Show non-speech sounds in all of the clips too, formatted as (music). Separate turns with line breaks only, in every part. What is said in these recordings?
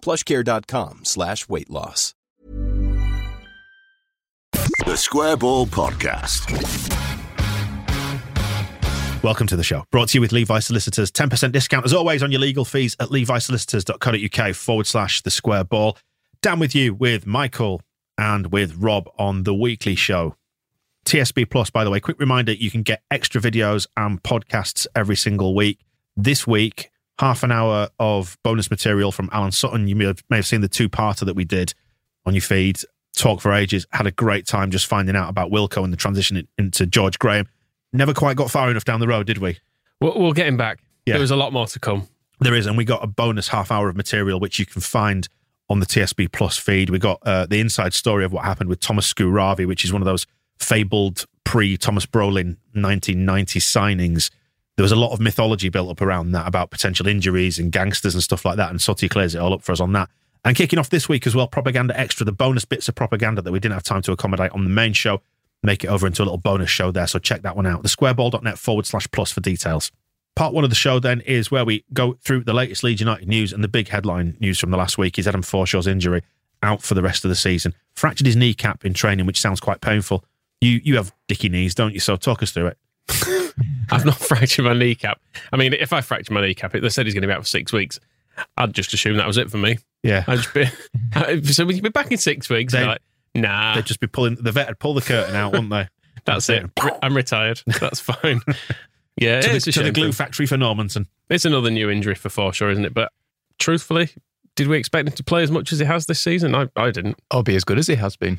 Plushcare.com slash weight loss.
The Square Ball Podcast.
Welcome to the show. Brought to you with Levi Solicitors. 10% discount, as always, on your legal fees at levisolicitors.co.uk forward slash the square ball. Down with you with Michael and with Rob on the weekly show. TSB Plus, by the way, quick reminder you can get extra videos and podcasts every single week. This week, half an hour of bonus material from Alan Sutton. You may have, may have seen the two parter that we did on your feed. Talk for ages. Had a great time just finding out about Wilco and the transition in- into George Graham. Never quite got far enough down the road, did we?
We'll, we'll get him back.
Yeah.
There was a lot more to come.
There is, and we got a bonus half hour of material which you can find on the TSB Plus feed. We got uh, the inside story of what happened with Thomas Skuravi, which is one of those fabled pre Thomas Brolin 1990 signings. There was a lot of mythology built up around that about potential injuries and gangsters and stuff like that. And Sutty clears it all up for us on that. And kicking off this week as well, Propaganda Extra, the bonus bits of propaganda that we didn't have time to accommodate on the main show, make it over into a little bonus show there. So check that one out. Thesquareball.net forward slash plus for details. Part one of the show then is where we go through the latest Leeds United news and the big headline news from the last week is Adam Forshaw's injury out for the rest of the season. Fractured his kneecap in training, which sounds quite painful. You you have dicky knees, don't you? So talk us through it.
I've not (laughs) fractured my kneecap. I mean, if I fractured my kneecap, it- they said he's going to be out for six weeks. I'd just assume that was it for me.
Yeah.
I'd just be, (laughs) I- so would you be back in six weeks?
They-
They're like, nah,
They'd just be pulling the vet would pull the curtain out, wouldn't (laughs) they?
that's it. Re- I'm retired. That's fine. (laughs)
(laughs)
Yeah,
to the,
it's a
to the
shame.
glue factory for Normanton.
It's another new injury for Forshaw, isn't it? But truthfully, did we expect him to play as much as he has this season? I, I didn't.
I'll be as good as he has been.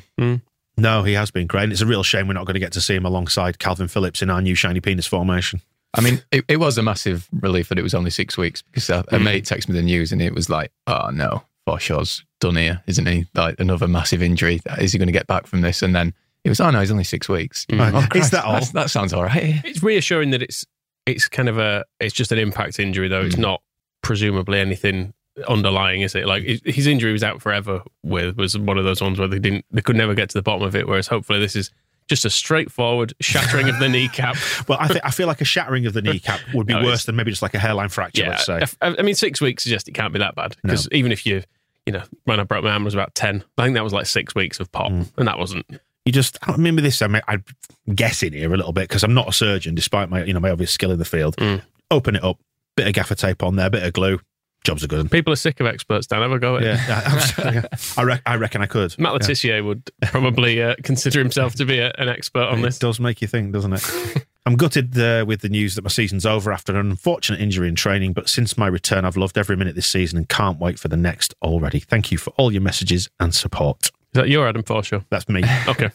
No, he has been great. And it's a real shame we're not going to get to see him alongside Calvin Phillips in our new shiny penis formation.
I mean, it, it was a massive relief that it was only six weeks because a, a mate texted me the news and it was like, oh no, Forshaw's done here, isn't he? Like another massive injury. Is he going to get back from this? And then it was, oh no, he's only six weeks.
Right.
Oh,
Is
Christ,
that all?
that's- That sounds all right.
It's reassuring that it's it's kind of a it's just an impact injury though.
Mm.
It's not presumably anything underlying, is it? Like his- his injury was out forever. With was one of those ones where they didn't they could never get to the bottom of it. Whereas hopefully this is just a straightforward
(laughs)
shattering of the kneecap.
Well, I, th- I feel like a shattering of the kneecap would (laughs) be
No,
worse
it's-
than maybe just like a hairline fracture,
Yeah,
let's say.
I, I- I mean six weeks suggests it can't be that bad because even if you you know when I broke my arm I was about ten, I think that was like six weeks of pop,
Mm.
and that wasn't
you just I remember this. I mean, I'm guessing here a little bit because I'm not a surgeon, despite my you know my obvious skill in the field.
Mm.
Open it up, bit of gaffer tape on there, bit of glue. Jobs are good.
People are sick of experts, Dan. Have a go at it.
Yeah, I- I'm sorry. I, rec- I reckon I could.
Matt Letitia would probably uh, consider himself to be a, an expert on
It
this.
does make you think, doesn't it? I'm gutted uh, with the news that my season's over after an unfortunate injury in training, but since my return, I've loved every minute this season and can't wait for the next already. Thank you for all your messages and support.
Is that your Adam Forshaw?
That's me. (laughs)
Okay.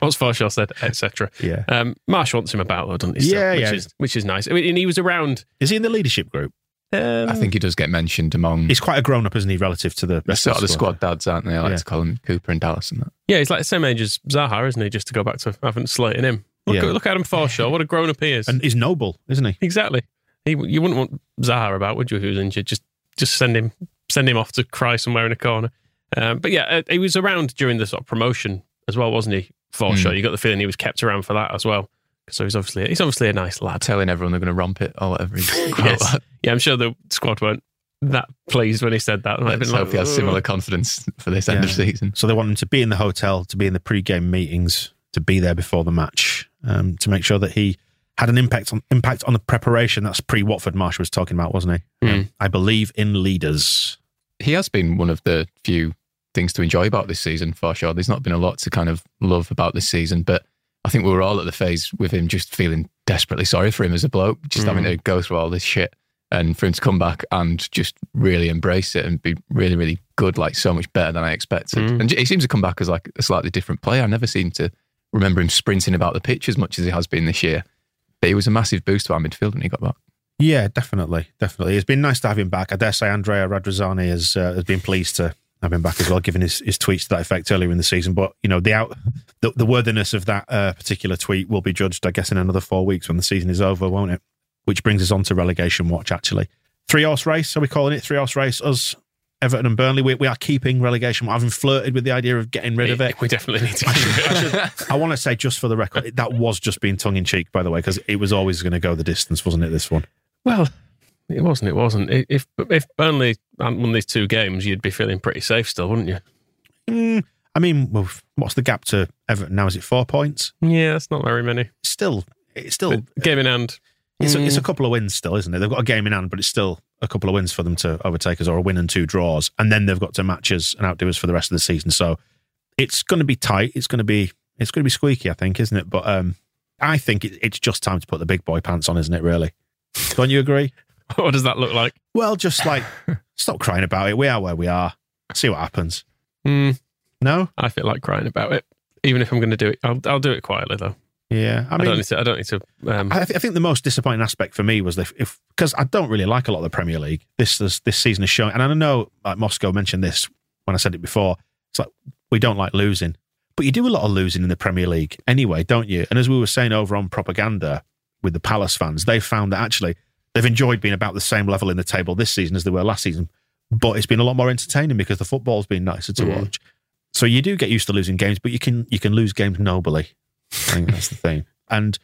What's Forshaw said, etc.
Yeah.
Um, Marsh wants him about, though, doesn't he? still?
Yeah,
which
yeah.
Is, which is nice. I mean, and he was around.
Is he in the leadership group?
Um,
I think he does get mentioned among
He's quite a grown up, isn't he, relative to the
the
rest of
sort of the
squad.
squad dads, aren't they? I like
Yeah.
to call him Cooper and Dallas and that.
Yeah, he's like the same age as Zaha, isn't he? Just to go back to having slating him. Look,
Yeah.
at, look at Adam Forshaw. What a grown up he is.
And he's noble, isn't he?
exactly. He, you wouldn't want Zaha about, would you? If he was injured, just just send him send him off to cry somewhere in a corner. Um, but yeah, uh, he was around during the sort of promotion as well, wasn't he?
Hmm.
Forshaw. You got the feeling he was kept around for that as well. So he's obviously he's obviously a nice lad.
Telling everyone they're going to romp it or whatever. He's
Yes. Yeah, I'm sure the squad weren't that pleased when he said that. They might have
(laughs) Let's
been
hope
like,
he has
"Ugh."
similar confidence for this end of
Yeah.
season.
So they want him to be in the hotel, to be in the pre-game meetings, to be there before the match, um, to make sure that he had an impact on impact on the preparation. That's pre-Watford. Marsh was talking about, wasn't he?
Mm.
Um, I believe in leaders.
he has been one of the few things to enjoy about this season for sure. There's not been a lot to kind of love about this season, but I think we were all at the phase with him just feeling desperately sorry for him as a bloke, just having
Mm.
to go through all this shit and for him to come back and just really embrace it and be really, really good, like so much better than I expected.
Mm.
And he seems to come back as like a slightly different player. I never seem to remember him sprinting about the pitch as much as he has been this year. But he was a massive boost to our midfield when he got back.
Yeah, definitely, definitely. It's been nice to have him back. I dare say Andrea Radrizzani has uh, has been pleased to have him back as well, given his, his tweets to that effect earlier in the season. But you know, the out the, the worthiness of that uh, particular tweet will be judged, I guess, in another four weeks when the season is over, won't it? Which brings us on to relegation watch. Actually, three horse race. Are we calling it three horse race? Us, Everton and Burnley. We, we are keeping relegation. I've flirted with the idea of getting rid of it.
We definitely need to
I,
keep
should,
(laughs) it.
I, should, I want to say just for the record it- that was just being tongue in cheek, by the way, because it was always going to go the distance, wasn't it? This one.
Well, it wasn't. It wasn't. I- If if Burnley hadn't won these two games, you'd be feeling pretty safe still, wouldn't you?
Mm, I mean, well, what's the gap to Everton now? Is it four points?
Yeah, that's not very many.
Still, it's still
But game in hand.
it's, a, it's a
Mm.
couple of wins still, isn't it? They've got a game in hand, but it's still a couple of wins for them to overtake us, or a win and two draws, and then they've got to match us and outdo us for the rest of the season. So it's going to be tight. It's going to be it's going to be squeaky, I think, isn't it? But um, I think it, it's just time to put the big boy pants on, isn't it?
(laughs)
Really? Don't you agree?
What does that look like?
Well, just
(laughs)
like stop crying about it. We are where we are. See what happens.
Hmm,
No?
I feel like crying about it. Even if I'm going to do it, I'll, I'll do it quietly though.
Yeah. I
I,
mean,
don't need to. I don't need to. Um,
I, th- I think the most disappointing aspect for me was that if because I don't really like a lot of the Premier League. This this, this season is showing, and I know like Moscow mentioned this when I said it before. It's like we don't like losing, but you do a lot of losing in the Premier League anyway, don't you? And as we were saying over on propaganda with the Palace fans, they found that actually they've enjoyed being about the same level in the table this season as they were last season, but it's been a lot more entertaining because the football's been nicer to
Mm.
watch. So you do get used to losing games, but you can you can lose games nobly. I think that's the thing, and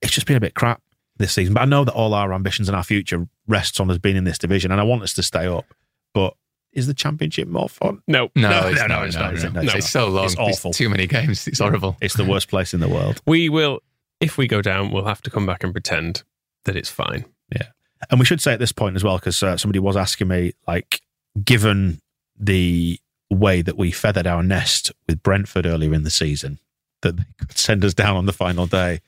it's just been a bit crap this season. But I know that all our ambitions and our future rests on us being in this division, and I want us to stay up. But is the championship more fun?
no,
No,
No,
it's
no, no,
not,
it's
no,
not,
no.
is it? No,
it's,
it's
so long.
It's
There's
awful.
too many games. It's horrible.
It's the worst place in the world,
we will. If we go down, we'll have to come back and pretend that it's fine.
and we should say at this point as well because uh, somebody was asking me like, given the way that we feathered our nest with Brentford earlier in the season, that they could send us down on the final day.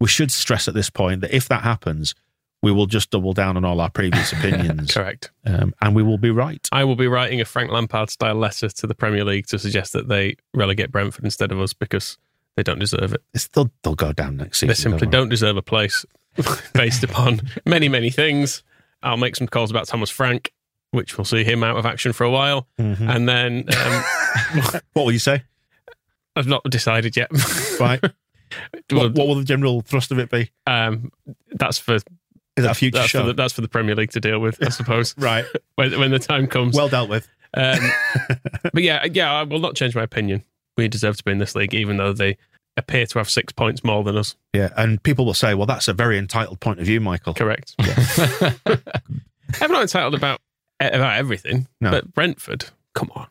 We should stress at this point that if that happens, we will just double down on all our previous opinions,
Correct.
um, and we will be right.
I will be writing a Frank Lampard style letter to the Premier League to suggest that they relegate Brentford instead of us because they don't deserve it.
It's still they'll go down next season.
They simply
worry.
don't deserve a place (laughs) based upon many, many things. I'll make some calls about Thomas Frank, which will see him out of action for a while.
Mhm.
And then um,
(laughs) what will you say?
I've not decided yet. (laughs)
Right.
Well,
what, what will the general thrust of it be?
um, that's for
Is that a future
that's for,
show?
the, that's for the Premier League to deal with,
(laughs)
I suppose,
right.
(laughs) when, when the time comes.
Well dealt with.
Um,
(laughs)
but yeah, yeah, I will not change my opinion. We deserve to be in this league, even though they appear to have six points more than us.
Yeah. And people will say, well, that's a very entitled point of view, Michael.
Correct. I'm not entitled about about everything,
No.
but Brentford, come
(laughs)
on,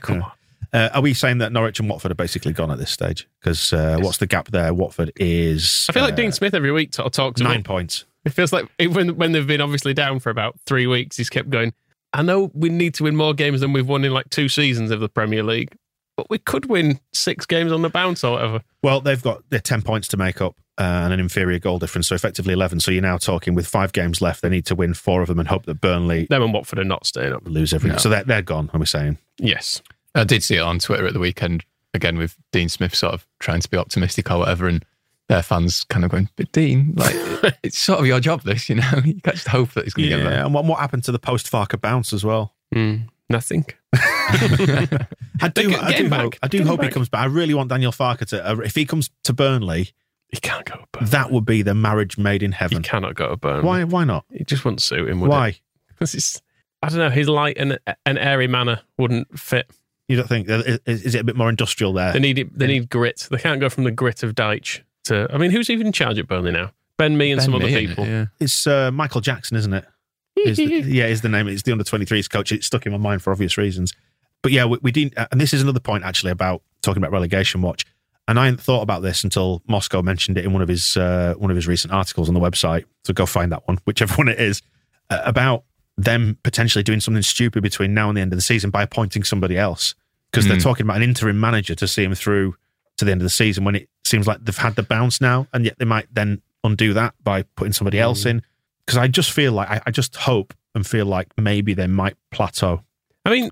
come on.
Uh, are we saying that Norwich and Watford are basically gone at this stage? Because uh, what's the gap there? Watford is.
I feel like
uh,
Dean Smith every week sort of talks
Nine
about.
points.
It feels like even when they've been obviously down for about three weeks, he's kept going. I know we need to win more games than we've won in like two seasons of the Premier League, but we could win six games on the bounce or whatever.
Well, they've got their 10 points to make up uh, and an inferior goal difference. So effectively 11. So you're now talking with five games left. They need to win four of them and hope that Burnley
Them and Watford are not staying up.
lose every.
No.
So they're, they're gone, are we saying? (laughs)
Yes,
I did see it on Twitter at the weekend again with Dean Smith sort of trying to be optimistic or whatever, and their fans kind of going, "But Dean, like (laughs) it- it's sort of your job, this, you know. (laughs) You can't just hope that it's going to get better."
And what, what happened to the post Farker bounce as well?
Mm, nothing.
I do,
Get-
I
get
do,
him
hope,
back.
I do
Get him
hope he
back.
comes back. I really want Daniel Farker to. Uh, if he comes to Burnley,
He can't go to Burnley.
that would be the marriage made in
He
heaven.
cannot go to Burnley.
Why? Why not?
It just wouldn't suit him, would
why?
(laughs) it? Because it's, I don't know, his light and an airy manner wouldn't fit.
You don't think uh, is, is it a bit more industrial there?
They need it, they need grit. They can't go from the grit of Deitch to. I mean, who's even in charge at Burnley now? Ben Me (laughs) and
(laughs)
some other people.
Yeah.
It's uh, Michael Jackson, isn't it? Is
(laughs)
the, yeah, is the name. It's the under 23s coach. It stuck in my mind for obvious reasons. But yeah, we, we didn't. uh, And this is another point actually about talking about relegation watch. And I hadn't thought about this until Moscow mentioned it in one of his uh, one of his recent articles on the website. So go find that one, (laughs) whichever one it is, uh, about them potentially doing something stupid between now and the end of the season by appointing somebody else because they're
Mm.
talking about an interim manager to see him through to the end of the season when it seems like they've had the bounce now, and yet they might then undo that by putting somebody else in. Because I just feel like I, I just hope and feel like maybe they might plateau.
I mean,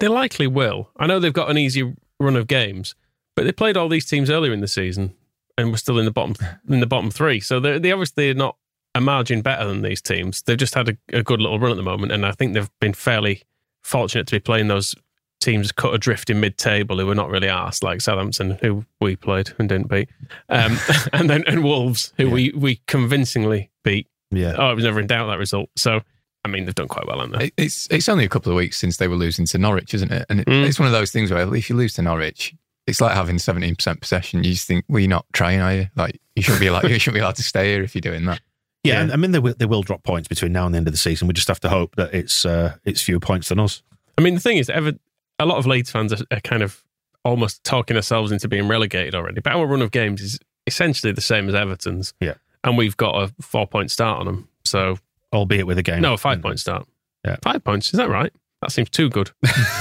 they likely will. I know they've got an easy run of games, but they played all these teams earlier in the season and were still in the bottom in the bottom three. So they they obviously are not a margin better than these teams. They've just had a, a good little run at the moment, and I think they've been fairly fortunate to be playing those teams cut adrift in mid-table who were not really asked, like Southampton, who we played and didn't beat, um, (laughs) and then and Wolves, who we we convincingly beat.
Yeah,
Oh, I was never in doubt that result. So. I mean, they've done quite well, haven't they?
It- It's it's only a couple of weeks since they were losing to Norwich, isn't it? And it,
Mm.
it's one of those things where if you lose to Norwich, it's like having seventeen percent possession. You just think, well, you're not trying, are you? Like you shouldn't be like you shouldn't be allowed (laughs) to stay here if you're doing that.
yeah.
Yeah.
And, I mean, they will they will drop points between now and the end of the season. We just have to hope that it's uh, it's fewer points than us.
I mean, the thing is, ever a lot of Leeds fans are, are kind of almost talking ourselves into being relegated already. But our run of games is essentially the same as Everton's.
Yeah.
and we've got a four point start on them. So
albeit with a game.
no, a five point start.
Yeah.
five points. Is that right? That seems
(laughs)
too good.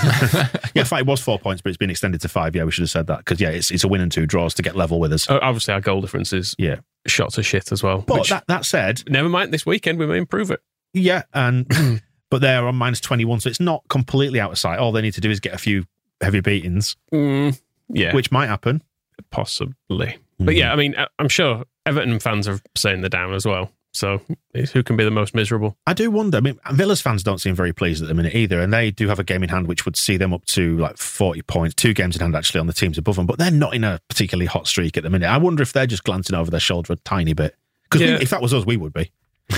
yeah, in fact, it was four points, but it's been extended to five. Yeah, we should have said that because yeah, it's it's a win and two draws to get level with us.
Uh, Obviously, our goal difference is
Yeah.
shots are shit as well.
but
which-
that that said,
never mind. This weekend we may improve it.
yeah,
(clears throat)
and but they're on minus twenty one, so it's not completely out of sight. All they need to do is get a few heavy beatings,
Mm, yeah,
which might happen.
possibly.
Mm-hmm.
But yeah, I mean, I- I'm sure Everton fans are saying they're down as well. So it's who can be the most miserable?
I do wonder. I mean, Villa's fans don't seem very pleased at the minute either, and they do have a game in hand which would see them up to like forty points, two games in hand actually on the teams above them. But they're not in a particularly hot streak at the minute. I wonder if they're just glancing over their shoulder a tiny bit because
Yeah.
if that was us, we would be.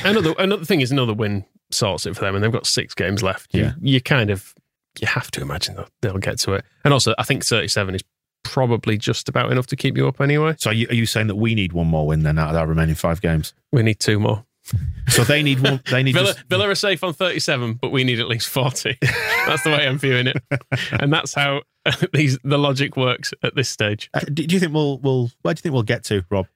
another another thing is another win sorts it for them, and they've got six games left. You,
Yeah.
you kind of you have to imagine they'll, they'll get to it. And also, I think thirty-seven is probably just about enough to keep you up anyway.
So are you, are you saying that we need one more win then out of our remaining five games?
We need two more.
So they need one. They need
(laughs) Villa,
just-
Villa are safe on thirty-seven, but we need at
(laughs)
least forty. that's the way I'm viewing it, and that's how (laughs) these the logic works at this stage.
Uh, do do you think we'll we'll where do you think we'll get to, Rob?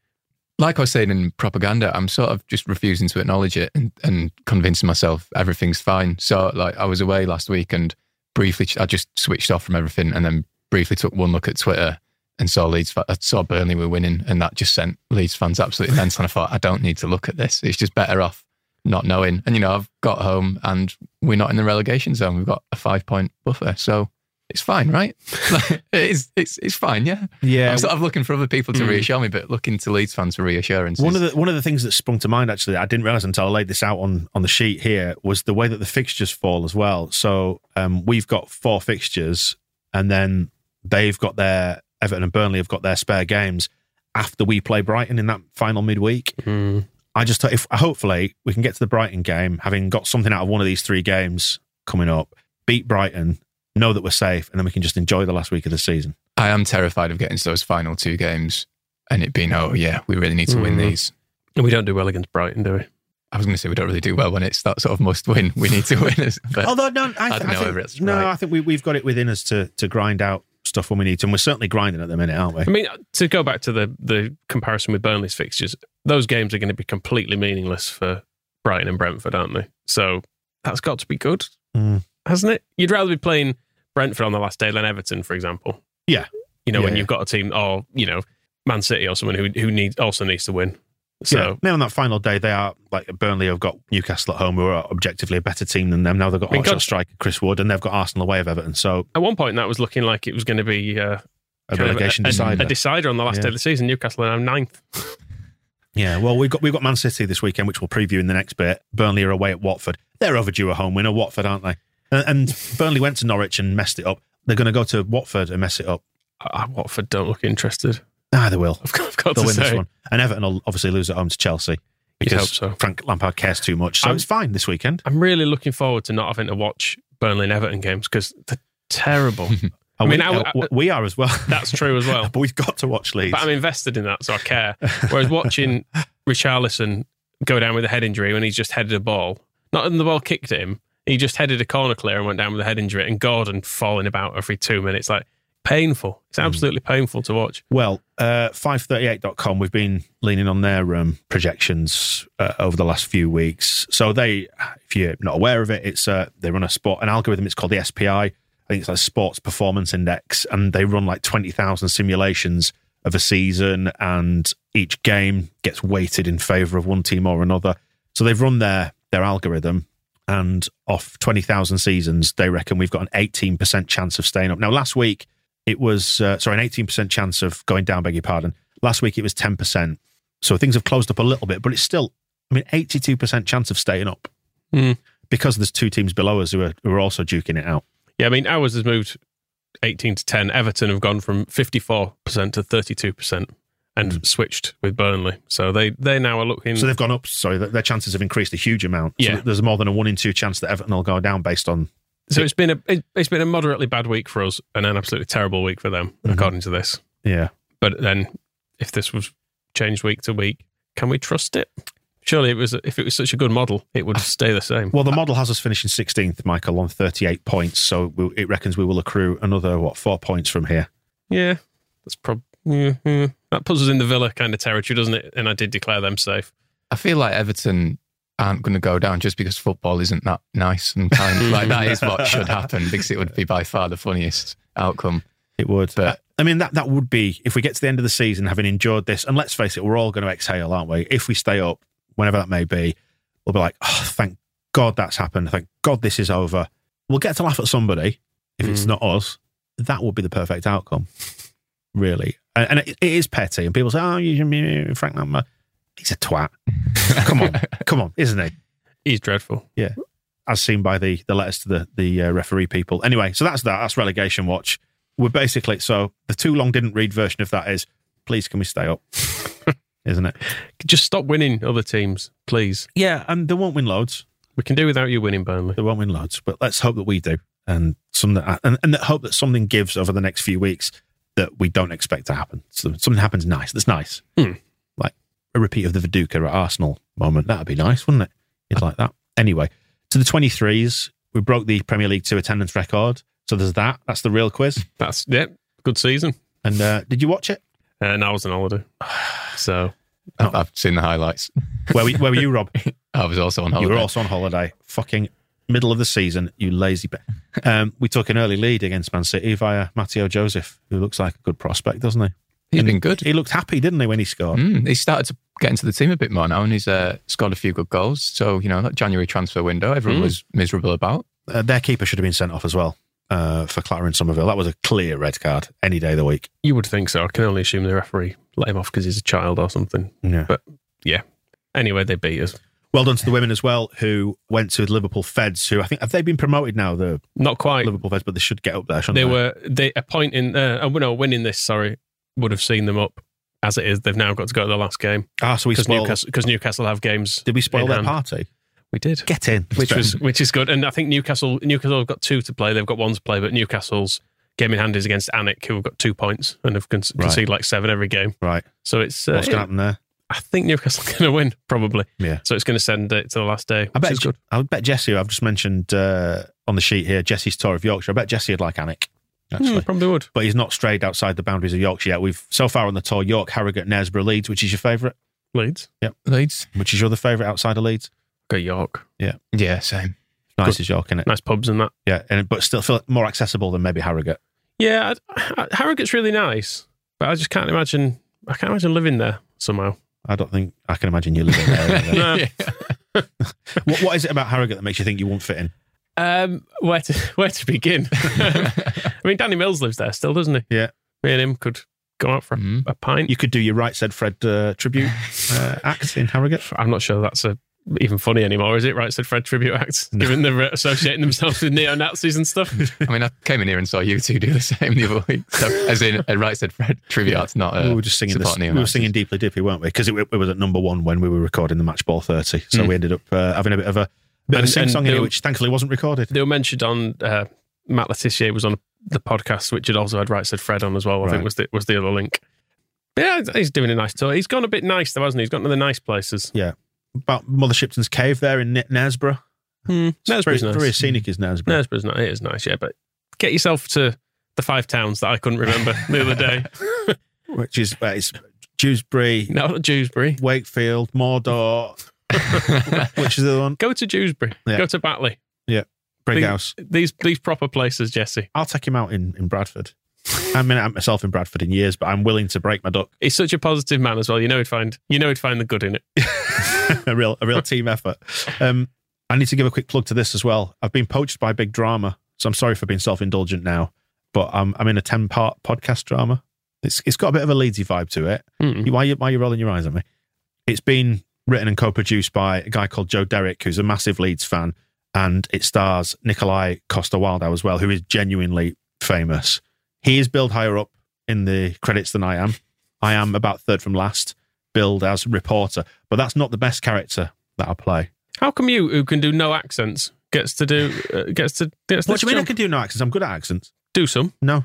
Like I was saying in propaganda, I'm sort of just refusing to acknowledge it and, and convincing myself everything's fine. So like I was away last week and briefly I just switched off from everything and then briefly took one look at Twitter and saw Leeds. fa- I saw Burnley were winning and that just sent Leeds fans absolutely mental. And I thought I don't need to look at this. It's just better off not knowing. And you know I've got home and we're not in the relegation zone. We've got a five point buffer, so it's fine, right? (laughs) Like, it's it's it's fine, yeah.
Yeah. Hmm.
I'm sort of looking for other people to
Mm.
reassure me, but looking to Leeds fans for reassurance.
One
is-
of the one of the things that sprung to mind actually, that I didn't realize until I laid this out on on the sheet here was the way that the fixtures fall as well. So um, we've got four fixtures, and then they've got their Everton and Burnley have got their spare games after we play Brighton in that final midweek. I just if hopefully we can get to the Brighton game having got something out of one of these three games coming up, beat Brighton, know that we're safe, and then we can just enjoy the last week of the season.
I am terrified of getting to those final two games and it being, oh, yeah, we really need to win
Hmm.
Mm.
these.
And we don't do well against Brighton, do we?
I was going to say we don't really do well when it's that sort of must win.
(laughs)
We need to win.
(laughs)
But
Although no, I,
I
th-
don't
I
know
think,
whether it's
no,
right.
I think we we've got it within us to to grind out stuff when we need to, and we're certainly grinding at the minute, aren't we?
I mean, to go back to the the comparison with Burnley's fixtures, those games are going to be completely meaningless for Brighton and Brentford, aren't they? So that's got to be good,
Mm.
hasn't it? You'd rather be playing Brentford on the last day than Everton, for example.
Yeah.
you know when
Yeah.
you've got a team, or you know, Man City or someone who who needs also needs to win. So
yeah. now on that final day, they are like Burnley have got Newcastle at home, who are objectively a better team than them. Now they've got
I mean,
hot shot
God-
striker Chris Wood, and they've got Arsenal away of Everton, so
at one point that was looking like it was going to be uh,
a
kind of
relegation
a, a-
decider.
a decider on the last
Yeah.
day of the season. Newcastle are now ninth.
yeah, well, we've got we've got Man City this weekend, which we'll preview in the next bit. Burnley are away at Watford. They're overdue a home win at Watford, aren't they? And, and Burnley went to Norwich and messed it up. They're going to go to Watford and mess it up.
Ah, Watford don't look interested. (laughs)
Ah, they will.
I've got, I've got
They'll
to
win
say.
this one. And Everton will obviously lose at home to Chelsea
You'd hope
because
so.
Frank Lampard cares too much. So
I'm-
it's fine this weekend.
I'm really looking forward to not having to watch Burnley and Everton games because they're terrible.
I mean,
mean,
we,
I-
uh, we are as well.
That's true as well.
(laughs) but we've got to watch Leeds.
But I'm invested in that, so I care. Whereas watching Richarlison go down with a head injury when he's just headed a ball, not when the ball kicked at him, he just headed a corner clear and went down with a head injury, and Gordon falling about every two minutes, like painful. It's absolutely painful to watch.
Well, uh, 538.com, we've been leaning on their um, projections uh, over the last few weeks. So they, if you're not aware of it, it's uh, they run a spot, an algorithm, it's called the SPI, I think it's like Sports Performance Index, and they run like 20,000 simulations of a season, and each game gets weighted in favor of one team or another. So they've run their their algorithm, and off 20,000 seasons, they reckon we've got an 18% chance of staying up. Now, last week, it was, uh, sorry, an 18% chance of going down, beg your pardon. Last week, it was 10%. So things have closed up a little bit, but it's still, I mean, 82% chance of staying up
Hmm.
because there's two teams below us who are, who are also duking it out.
Yeah, I mean, ours has moved 18 to 10. Everton have gone from 54% to 32% and switched with Burnley. So they, they now are looking.
So they've gone up. Sorry, th- their chances have increased a huge amount. So
Hmm. Yeah.
th- there's more than a one in two chance that Everton will go down based on.
So it's been a it- it's been a moderately bad week for us and an absolutely terrible week for them, according to this.
Yeah,
But then, if this was changed week to week, can we trust it? Surely, it was if it was such a good model, it would stay the same.
Well, the model has us finishing 16th, Michael, on 38 points. So we, it reckons we will accrue another, what, four points from here.
Yeah, that's probably yeah, yeah. that puts us in the Villa kind of territory, doesn't it? And I did declare them safe.
I feel like Everton aren't going to go down just because football isn't that nice
(laughs)
and kind. like that is what should happen because it would be by far the funniest outcome.
It would.
But-
I mean, that, that would be, if we get to the end of the season having endured this, and let's face it, we're all going to exhale, aren't we? If we stay up, whenever that may be, we'll be like, oh, thank God that's happened. Thank God this is over. We'll get to laugh at somebody if it's not us. That would be the perfect outcome, really. And, and it, it is petty. And people say, oh, you, you, you Frank Lampard, he's a twat. come on, come on, isn't he?
He's dreadful.
as seen by the the letters to the the uh, referee people. Anyway, so that's that. That's relegation watch. We're basically so the too long didn't read version of that is please can we stay up, (laughs) isn't it?
Just stop winning other teams, please.
Yeah, and they won't win loads.
We can do without you winning Burnley.
They won't win loads, but let's hope that we do, and some that and, and that hope that something gives over the next few weeks that we don't expect to happen. So something happens nice. That's nice.
Hmm.
Like a repeat of the Viduka at Arsenal moment. That'd be nice, wouldn't it? You'd like that. Anyway, to the 23s, we broke the Premier League 2 attendance record. So there's that. That's the real quiz.
That's yeah, good season.
And uh, did you watch it?
And I was on holiday, (sighs) so
Uh,
I've, I've seen the highlights.
Where were, where were you, Rob?
I was also on
Oh,
You
holiday.
were also on holiday. Fucking middle of the season, you lazy bit. Um, we took an early lead against Man City via Matteo Joseph, who looks like a good prospect, doesn't he?
He's been good.
He looked happy, didn't he, when he scored?
Hmm.
Mm, he started to get into the team a bit more now, and he's uh, scored a few good goals. So you know that January transfer window, everyone
Mm.
was miserable about.
Uh, their keeper should have been sent off as well uh, for clattering Somerville. That was a clear red card any day of the week.
you would think so. I can only assume the referee let him off because he's a child or something.
Yeah.
Anyway, they beat us.
Well done to the women as well, who went to Liverpool Feds, who I think have they been promoted now, the
Not quite.
Liverpool Feds, but they should get up there, shouldn't
they
they?
were they a point in uh, oh, no winning this sorry would have seen them up as it is they've now got to go to the last game
Ah, so we
because
spoiled.
Newcastle because Newcastle have games
Did we spoil
in
their
hand.
party?
we did
Get in.
which was which is good and I think Newcastle Newcastle have got two to play they've got one to play but Newcastle's game in hand is against Anik who have got two points and have con-
Right.
conceded like seven every game
right.
so it's uh,
What's going to happen there?
I think Newcastle (laughs) are going to win probably
Yeah.
so it's going to send it to the last day
I
which
bet.
is good
I would bet Jesse. who I've just mentioned uh, on the sheet here. Jesse's tour of Yorkshire. I bet Jesse would like Anik. Actually,
Hmm, probably would
but he's not strayed outside the boundaries of Yorkshire yet. We've so far on the tour York, Harrogate, Knaresborough, Leeds. Which is your favourite?
Leeds
Leeds,
Which is your other favourite outside of Leeds?
go York
yeah, same.
Nice is York, is it?
nice pubs and that
Yeah, and but still feel more accessible than maybe Harrogate.
Yeah, I, (sighs) I, Harrogate's really nice, but I just can't imagine. I can't imagine living there somehow.
I don't think I can imagine you living
(laughs)
there.
No.
what, what is it about Harrogate that makes you think you won't fit in?
Um, where to (laughs) where to begin? I mean, Danny Mills lives there still, doesn't he?
Yeah.
me and him could go out for a,
(laughs) Mm.
a pint.
You could do your right said Fred uh, tribute uh, act in Harrogate.
I'm not sure that's a, even funny anymore, is it? Right, said Fred Tribute Act, given they're associating themselves with neo Nazis
(laughs)
and stuff.
I mean, I came in here and saw you two do the same the other week. So, as in, uh, right said Fred, trivia art's not. Uh,
we were just singing this,
support
we
neo-Nazis.
were singing deeply dippy weren't we because it, it was at number one when we were recording the match ball 30 so we ended up uh, having a bit of a bit of a
And-
sing
and
song in it
they-
which thankfully wasn't recorded
They were mentioned on uh, Matt Letitia was on the podcast, which had also had Right Said Fred on as well. I
Right.
think was the was the other link. Yeah, he's doing a nice tour. He's gone a bit nice though, hasn't he? He's gone to the nice places.
about Mother Shipton's cave there in N- Knaresborough
No,
It's
it's
very,
Hmm, pretty nice.
very scenic is
No,
Knaresborough
it's pretty nice. It is nice, yeah. But get yourself to the five towns that I
(laughs)
couldn't remember the other day.
which is uh, it's Dewsbury
No, not Dewsbury.
Wakefield
(laughs)
Mordor which is the other one
(laughs) Go to Dewsbury.
Yeah.
Go to Batley.
Craig
These-
House.
These these proper places, Jesse.
I'll take him out in, in Bradford. I haven't been out myself in Bradford in years, but I'm willing to break my duck.
He's such a positive man as well. You know he'd find you know he'd find the good in it.
(laughs) a real a real team effort. Um, I need to give a quick plug to this as well. I've been poached by Big Drama, so I'm sorry for being self indulgent now, but I'm I'm in a ten part podcast drama. It's it's got a bit of a lazy vibe to it.
Mm.
You- Why you why you rolling your eyes at me? It's been written and co produced by a guy called Joe Derrick, who's a massive Leeds fan, and it stars Nikolai Costa Waldau as well, who is genuinely famous. He is billed higher up in the credits than I am. I am about third from last, billed as reporter, but that's not the best character that I play.
How come you, who can do no accents, gets to do uh, gets to gets
What
this
do you mean I
job?
can do no accents? I'm good at accents.
do some?
No.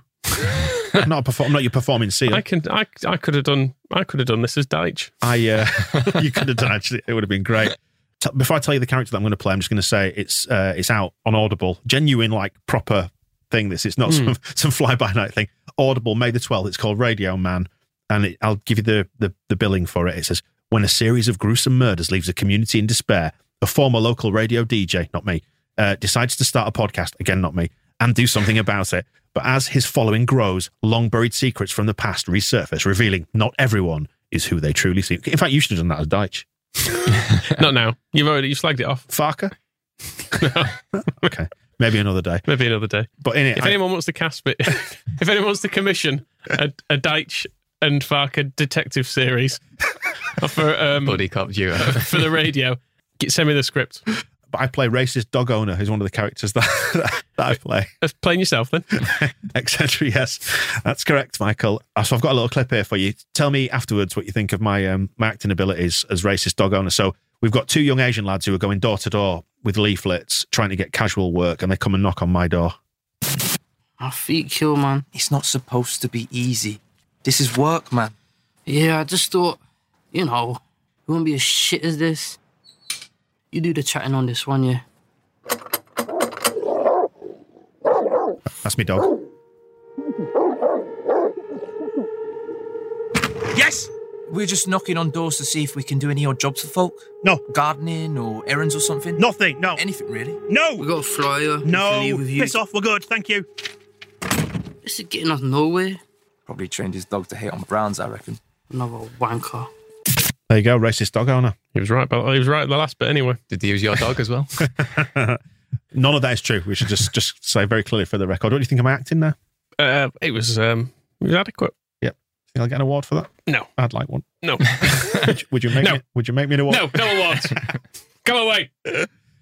I'm not a perform- I'm not your performing seal.
I
I,
can. I I could have done. I could have done this
(laughs)
as Deitch.
uh, (laughs) you could have done actually. It would have been great. T- Before I tell you the character that I'm going to play, I'm just going to say it's uh, it's out on Audible. Genuine, like proper thing. This it's not
Hmm.
some (laughs) some fly by night thing. Audible May the 12th. It's called Radio Man, and it, I'll give you the, the the billing for it. It says when a series of gruesome murders leaves a community in despair, a former local radio DJ, not me, uh, decides to start a podcast, again not me, and do something about it. But as his following grows, long buried secrets from the past resurface, revealing not everyone is who they truly seem. In fact, you should have done that as Deitch.
Not now. You've already you slagged it off.
Farker? okay. Maybe another day.
Maybe another day.
But in it,
If
I-
anyone wants to cast, but (laughs) if anyone wants to commission a, a Deitch and Farker detective series (laughs) for um
Buddy cop duo.
for the radio, get, send me the script.
but I play racist dog owner, who's one of the characters that, (laughs) that, I play,
That's playing yourself then.
(laughs) etc. Yes, that's correct, Michael. Uh, So I've got a little clip here for you. Tell me afterwards what you think of my um, my acting abilities as racist dog owner. So we've got two young Asian lads who are going door to door with leaflets, trying to get casual work, and they come and knock on my door.
I feet kill, man.
It's not supposed to be easy. This is work, man.
Yeah, I just thought, you know, it wouldn't be as shit as this. You do the chatting on this one, yeah.
That's me dog.
Yes! We're just knocking on doors to see if we can do any odd jobs for folk.
No,
Gardening or errands or something.
nothing. No,
Anything, really.
We (laughs)
no,
got a flyer. we can leave with you.
off. We're good. Thank you.
This is getting us nowhere.
Probably trained his dog to hate on Browns, I reckon.
Another wanker.
There you go, racist dog owner.
He was right, about he was right at the last bit anyway.
Did they use your dog as well?
None of that is true. We
(laughs)
should just just say very clearly for the record. What do you think of my acting there?
Uh, it was um it was adequate.
Think I'll get an award for that?
No,
I'd like one.
(laughs) no,
Would you- Would you make
No.
me? Would you make me an award?
no, no awards. Come away.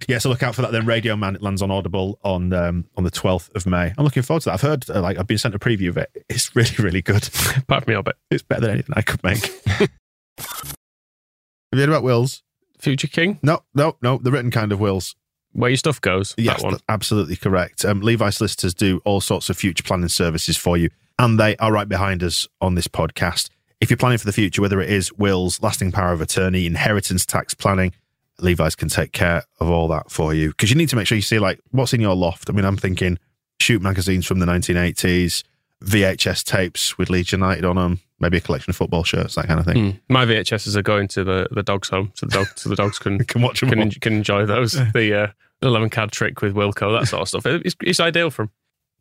Yeah, so look out for that. Then Radio Man it lands on Audible on um, on the twelfth of May. I'm looking forward to that. I've heard uh, like I've been sent a preview of it. It's really really good. (laughs)
Apart from your bit,
It's better than anything I could
(laughs)
make. Have you heard about wills?
future king,
No, no, no. The written kind of wills.
where your stuff goes.
Yes,
that one.
that's absolutely correct. Um, Levi solicitors do all sorts of future planning services for you, and they are right behind us on this podcast. If you're planning for the future, whether it is wills, lasting power of attorney, inheritance tax planning, Levi's can take care of all that for you because you need to make sure you see like what's in your loft. I mean, I'm thinking shoot magazines from the 1980s, VHS tapes with Leeds United on them, maybe a collection of football shirts, that kind of thing.
Mm. My VHSs are going to the, the dogs home, so the dog so the dogs
(laughs)
can
You can watch them.
can,
all.
en- can enjoy those. The uh, the eleven card trick with Wilco, that sort of stuff. It- It's, it's ideal for 'em.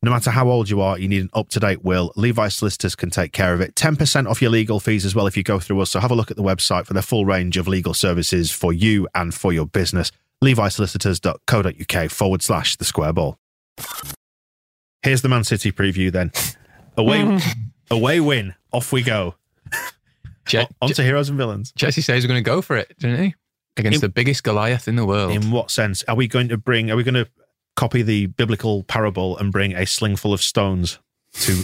No matter how old you are, you need an up to date will. Levi Solicitors can take care of it. 10% off your legal fees as well if you go through us. So have a look at the website for the full range of legal services for you and for your business. levisolicitors.co.uk forward slash the square ball. Here's the Man City preview then. Away, away win. Off we go.
Je-
On to heroes and villains.
Jesse says we're going to go for it, didn't he? Against
In-
the biggest Goliath in the world.
In what sense? Are we going to bring, are we going to copy the biblical parable and bring a sling full of stones to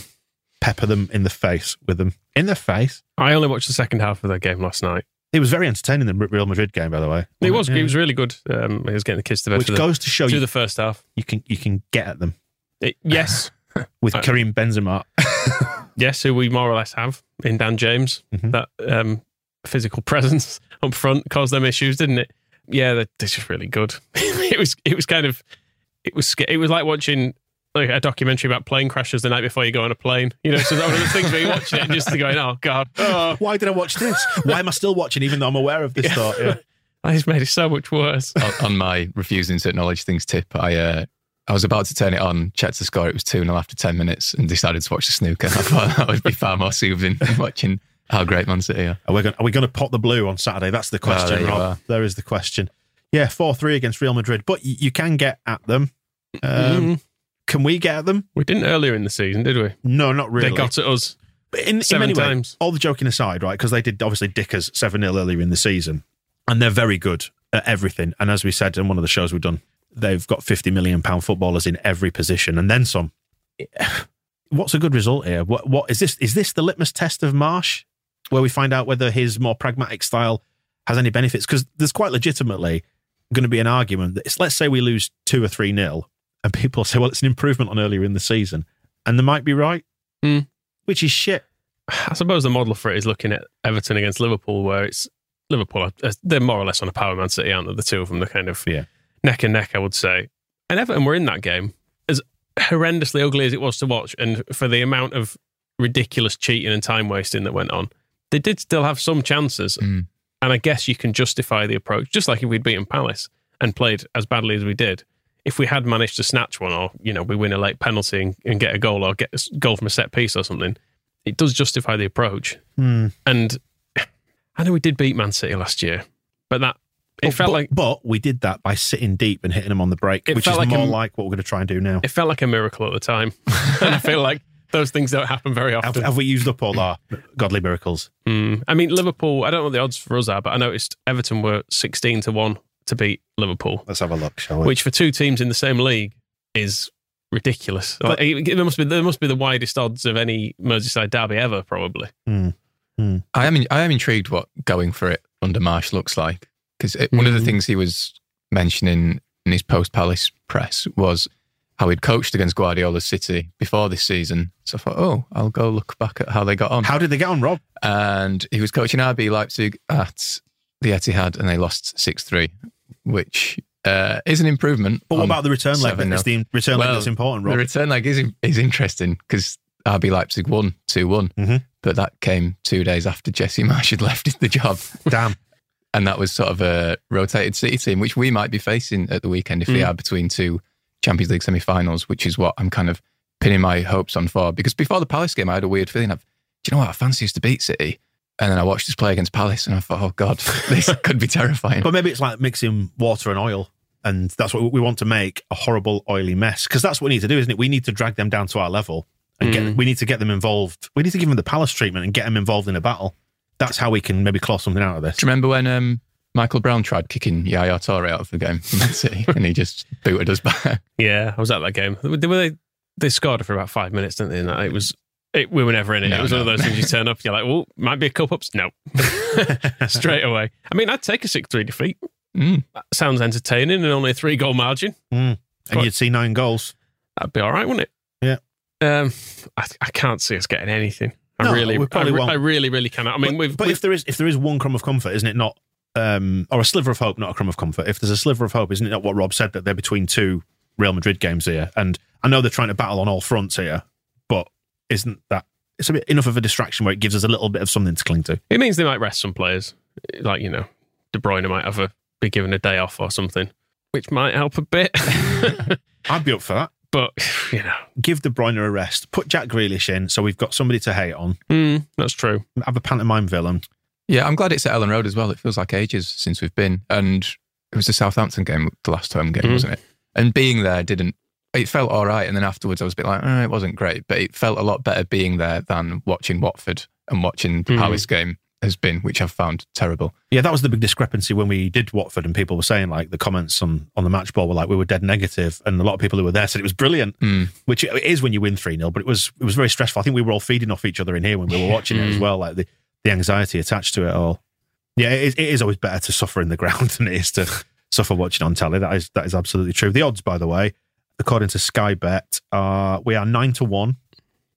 pepper them in the face with them? In the face?
I only watched the second half of that game last night.
It was very entertaining, the Real Madrid game, by the way.
It was
Yeah.
it was really good. Um, he was getting the kids to bed
Which
through,
goes to show
the, through
you
the first half.
you can you can get at them
It-
(laughs)
yes,
with
Uh,
Karim Benzema.
yes, who we more or less have in Dan James.
Mhm.
That um, physical (laughs) presence up front caused them issues, didn't it? Yeah, they're, they're just really good. (laughs) it was it was kind of it was sca- it was like watching like a documentary about plane crashes the night before you go on a plane. You know, so that was one of the things where you watch it and just (laughs) going, oh
(laughs)
god, oh,
Why did I watch this? Why am I still watching, even though I'm aware of this thought? Yeah.
that has made it so much worse.
on, on my refusing to acknowledge things tip, I uh, I was about to turn it on, checked the score, it was 2 0 after 10 minutes, and decided to watch the snooker. (laughs) I thought that would be far more soothing than watching how great Man City are.
Are we going? Are we going to pot the blue on Saturday? That's the question,
there you
Rob.
are.
There is the question. Yeah, four three against Real Madrid, but y- you can get at them. Um, Can we get at them?
We didn't earlier in the season, did we?
No, not really.
They got at us.
But in, in
Seven
many ways,
times.
all the joking aside, right? Because they did obviously Dickers 7 0 earlier in the season, and they're very good at everything. And as we said in one of the shows we've done, they've got £50 million footballers in every position and then some. (sighs) What's a good result here? What what is this? Is this the litmus test of Marsh, where we find out whether his more pragmatic style has any benefits? Because there's quite legitimately going to be an argument that it's, let's say we lose two or three nil, and people say, well, it's an improvement on earlier in the season, and they might be right,
Hmm.
which is shit.
I suppose the model for it is looking at Everton against Liverpool, where it's Liverpool. are- uh, They're more or less on a power Man City, aren't they? The two of them, they're kind of
Yeah.
neck and neck, I would say. And Everton were in that game as horrendously ugly as it was to watch, and for the amount of ridiculous cheating and time wasting that went on, they did still have some chances.
Mm.
And I guess you can justify the approach, just like if we'd beaten Palace and played as badly as we did. If we had managed to snatch one, or you know, we win a late penalty and, and get a goal, or get a s- goal from a set piece or something, it does justify the approach.
Hmm.
And (sighs) I know we did beat Man City last year, but that it
But-
felt
but,
like
but we did that by sitting deep and hitting them on the break,
It
which is
felt like
more
a-
like what we're going to try and do now.
it felt like a miracle at the time, (laughs) and I feel like those things don't happen very
Have,
often.
have we used up all our godly miracles?
Mm. I mean, Liverpool. I don't know what the odds for us are, but I noticed Everton were sixteen to one to beat Liverpool,
Let's have a look, shall we?
which for two teams in the same league is ridiculous.
But-
Like, there must be there must be the widest odds of any Merseyside derby ever, probably.
Hmm.
I am I am intrigued what going for it under Marsh looks like because one of the things he was mentioning in his post Palace press was how he'd coached against Guardiola's City before this season. So I thought, oh, I'll go look back at how they got on.
How did they get on, Rob?
And he was coaching RB Leipzig at the Etihad, and they lost six three, which uh, is an improvement.
But what
on-
about the return leg?
seven
It's the return leg
Well,
that's important,
the
Rob.
return leg is is interesting because RB Leipzig won 2 one
Mhm.
but that came two days after Jesse Marsh had left the job,
Damn.
and that was sort of a rotated City team, which we might be facing at the weekend if we are between two Champions League semi-finals, which is what I'm kind of pinning my hopes on for. Because before the Palace game, I had a weird feeling of, do you know what, I fancy us to beat City, and then I watched us play against Palace, and I thought, oh god, (laughs) this could be terrifying.
But maybe it's like mixing water and oil. And that's what we want to make a horrible, oily mess. Because that's what we need to do, isn't it? We need to drag them down to our level. And
Mm.
get, we need to get them involved. We need to give them the palace treatment and get them involved in a battle. That's how we can maybe claw something out of this.
Do you remember when um, Michael Brown tried kicking Yaya Torre out of the game for Man City and he just booted us back? (laughs)
Yeah, I was at that game. They, they, they scored for about five minutes, didn't they? And it was it, we were never in it.
No,
it was one of
no.
those things you turn up, you're like, well, might be a cup ups. (laughs) No, straight away. I mean, I'd take a six three defeat.
Mm.
That sounds entertaining, and only a three goal margin.
And you'd see nine goals.
That'd be all right, wouldn't it? Yeah. Um, I, I can't see us getting anything. I
No,
really,
we probably
I, re-
won't.
I really, really cannot. I mean,
but,
we've,
but
we've
if there is if there is one crumb of comfort, isn't it not? Um, or a sliver of hope, not a crumb of comfort. If there's a sliver of hope, isn't it not what Rob said that they're between two Real Madrid games here? And I know they're trying to battle on all fronts here, but isn't that it's a bit enough of a distraction where it gives us a little bit of something to cling to?
It means they might rest some players, like you know, De Bruyne might have a be given a day off or something, which might help a bit. (laughs)
I'd be up for that.
but you know,
Give De Bruyne a rest. Put Jack Grealish in, so we've got somebody to hate on.
mm, that's true.
Have a pantomime villain.
Yeah, I'm glad it's at Ellen Road as well. It feels like ages since we've been. And it was the Southampton game, the last home game,
Mm-hmm.
Mm.
wasn't it? And being there didn't, it felt all right. And then afterwards, I was a bit like, oh, it wasn't great, but it felt a lot better being there than watching Watford and watching the
Mm-hmm.
Mm.
Palace game has been, which I've found terrible.
Yeah, that was the big discrepancy when we did Watford, and people were saying like the comments on on the match ball were like we were dead negative, and a lot of people who were there said it was brilliant.
Mm.
which it is when you win 3 0, but it was it was very stressful. I think we were all feeding off each other in here when we were watching it as well, like the, the anxiety attached to it all. Yeah, it is, it is always better to suffer in the (laughs) ground than it is to suffer watching on telly. That is that is absolutely true. The odds, by the way, according to Sky Bet, are we are 9 to 1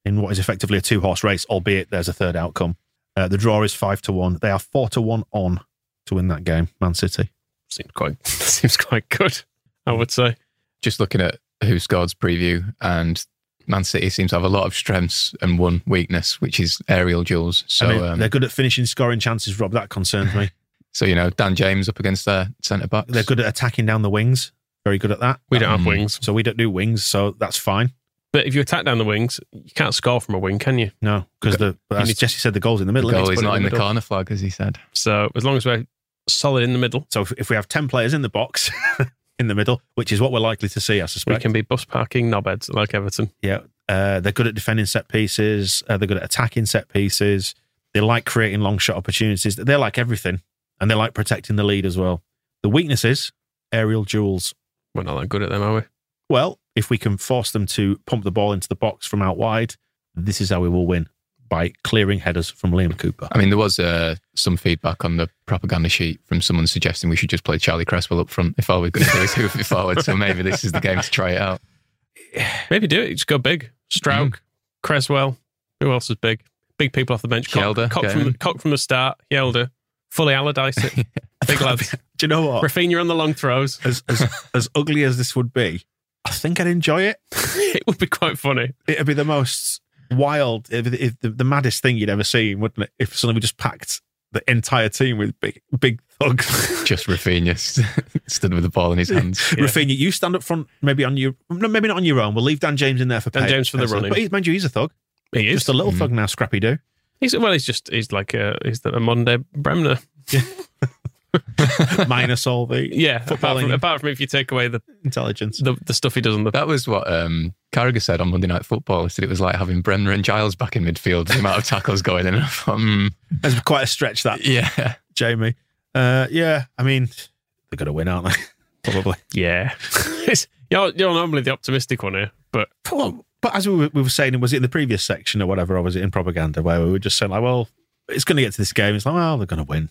in what is effectively a two horse race, albeit there's a third outcome. Uh, the draw is 5 to 1. They are 4 to 1 on to win that game, Man City.
Seems quite (laughs) seems quite good. I would say.
just looking at who scored's preview and Man City seems to have a lot of strengths and one weakness, which is aerial duels. So,
I mean,
um,
they're good at finishing scoring chances, Rob. That concerns me.
so you know, Dan James up against their centre back.
they're good at attacking down the wings. very good at that.
We don't have wings.
So we don't do wings, so that's fine.
But if you attack down the wings, you can't score from a wing, can you?
No, because the as
need-
Jesse said, the goal's in the middle.
The
isn't it?
goal
put
is
it
not
in
in
the
the
middle.
corner flag, as he said.
So as long as we're solid in the middle,
So if, if we have ten players in the box, (laughs) in the middle, which is what we're likely to see, I
we
suspect.
can be bus parking knobheads like Everton.
Yeah, uh, they're good at defending set pieces. Uh, they're good at attacking set pieces. They like creating long shot opportunities. They like everything, and they like protecting the lead as well. The weaknesses: aerial duels.
We're not that good at them, are we?
Well, if we can force them to pump the ball into the box from out wide, this is how we will win by clearing headers from Liam Cooper. (laughs)
I mean, there was uh, some feedback on the propaganda sheet from someone suggesting we should just play Charlie Cresswell up front if all we're going to do is hoof it forward. So maybe this is the game to try it out.
Maybe do it. Just go big. Stroud, Creswell. Who else is big? Big people off the bench. Cock,
Yelder,
cock
get
from
him.
cock from the start. Yelder. Fully Allardyce
(laughs)
it. big lads.
Do you know what? (laughs)
Rafinha on the long throws. (laughs)
As, as as ugly as this would be, I think I'd enjoy it.
it would be quite funny.
It'd be the most wild, it'd be the, it'd be the maddest thing you'd ever seen, wouldn't it? If suddenly we just packed the entire team with big, big (laughs) thugs.
Just Rafinha stood with the ball in
(laughs)
his hands.
Rafinha, you stand up front, maybe on your, no, maybe not on your own. We'll leave Dan James in there for
Dan
pay-
James for the running.
But he, mind you, he's a thug.
He is.
Just a little thug now, Scrappy Doo.
He's well. He's just. He's like a. He's the, a Monday Bremner.
Minus all the
Yeah. Apart
Footballing.
from, apart from if you take away the,
intelligence.
the the stuff he does on the.
That was what um, Carragher said on Monday Night Football. He said it was like having Bremner and Giles back in midfield, the amount of tackles going in. And I thought, hmm,
That's quite a stretch, that,
yeah.
Jamie. Uh, yeah, I mean, they're going to win,
(laughs)
aren't they? Probably.
Yeah. (laughs) it's, you're you're normally the optimistic one here, but
Well, but as we were, we were saying, was it in the previous section or whatever, or was it in propaganda where we were just saying like, well, it's going to get to this game. It's like, well, they're going to win.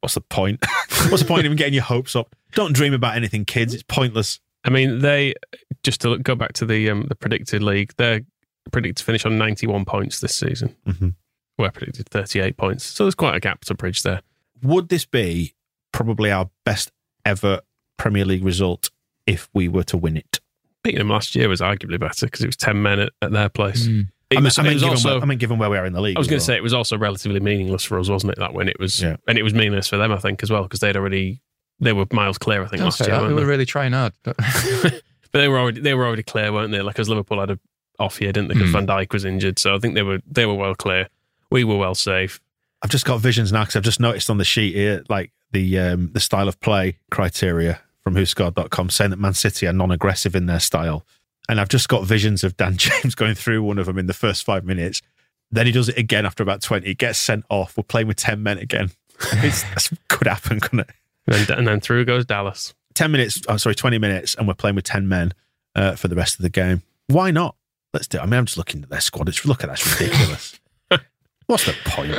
What's the point? (laughs) What's the point of even getting your hopes up? Don't dream about anything, kids. It's pointless.
I mean, they just to look, go back to the um, the predicted league. They're predicted to finish on ninety one points this season.
Mhm.
We're predicted thirty eight points, so there's quite a gap to bridge there.
Would this be probably our best ever Premier League result if we were to win it?
Beating them last year was arguably better because it was ten men at, at their place.
Mm.
It
I mean,
was,
I mean,
it was
given
also.
where, I mean, given where we are in the league,
I was
as
going to
well.
say it was also relatively meaningless for us, wasn't it? That when it was,
Yeah.
and it was meaningless for them, I think, as well, because they'd already they were miles clear, I think,
Don't
last
say
year.
that. We
weren't
were
they?
really trying hard.
But (laughs) they were already they were already clear, weren't they? Like as Liverpool had a off year, didn't they? Because
Hmm.
Mm.
Van Dijk was injured, so I think they were they were well clear. We were well safe.
I've just got visions now because I've just noticed on the sheet here, like the um, the style of play criteria from whoscored.com saying that Man City are non aggressive in their style. And I've just got visions of Dan (laughs) James going through one of them in the first five minutes. Then he does it again after about 20, gets sent off. We're playing with 10 men again. (laughs) It's, that's could happen, couldn't it?
And then, and then through goes Dallas.
10 minutes, oh, sorry, 20 minutes, and we're playing with 10 men uh, for the rest of the game. Why not? Let's do it. I mean, I'm just looking at their squad. It's Look at that. It's ridiculous. What's the point?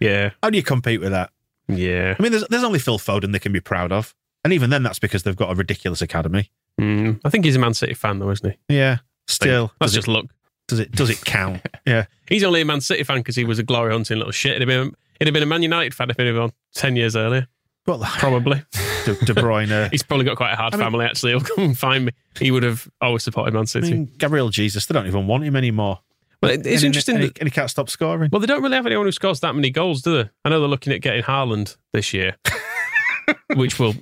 Yeah,
How do you compete with that?
yeah.
I mean, there's there's only Phil Foden they can be proud of, and even then, that's because they've got a ridiculous academy.
Mm, I think he's a Man City fan, though, isn't he?
Yeah, still
Let's
does
just
it,
look.
does it does it count? (laughs) yeah,
He's only a Man City fan because he was a glory hunting little shit. It'd have been it'd have been a Man United fan if he'd have been on ten years earlier,
well,
probably.
(laughs) De, De Bruyne.
he's probably got quite a hard
I mean-
family. actually, he'll come and find me. He would have always supported
(laughs)
Man
I
City.
mean, Gabriel Jesus. They don't even want him anymore.
well, it,
And
it's
he-
interesting.
and he,
that-
and he can't stop scoring.
well, they don't really have anyone who scores that many goals, do they? I know they're looking at getting Haaland this year, which will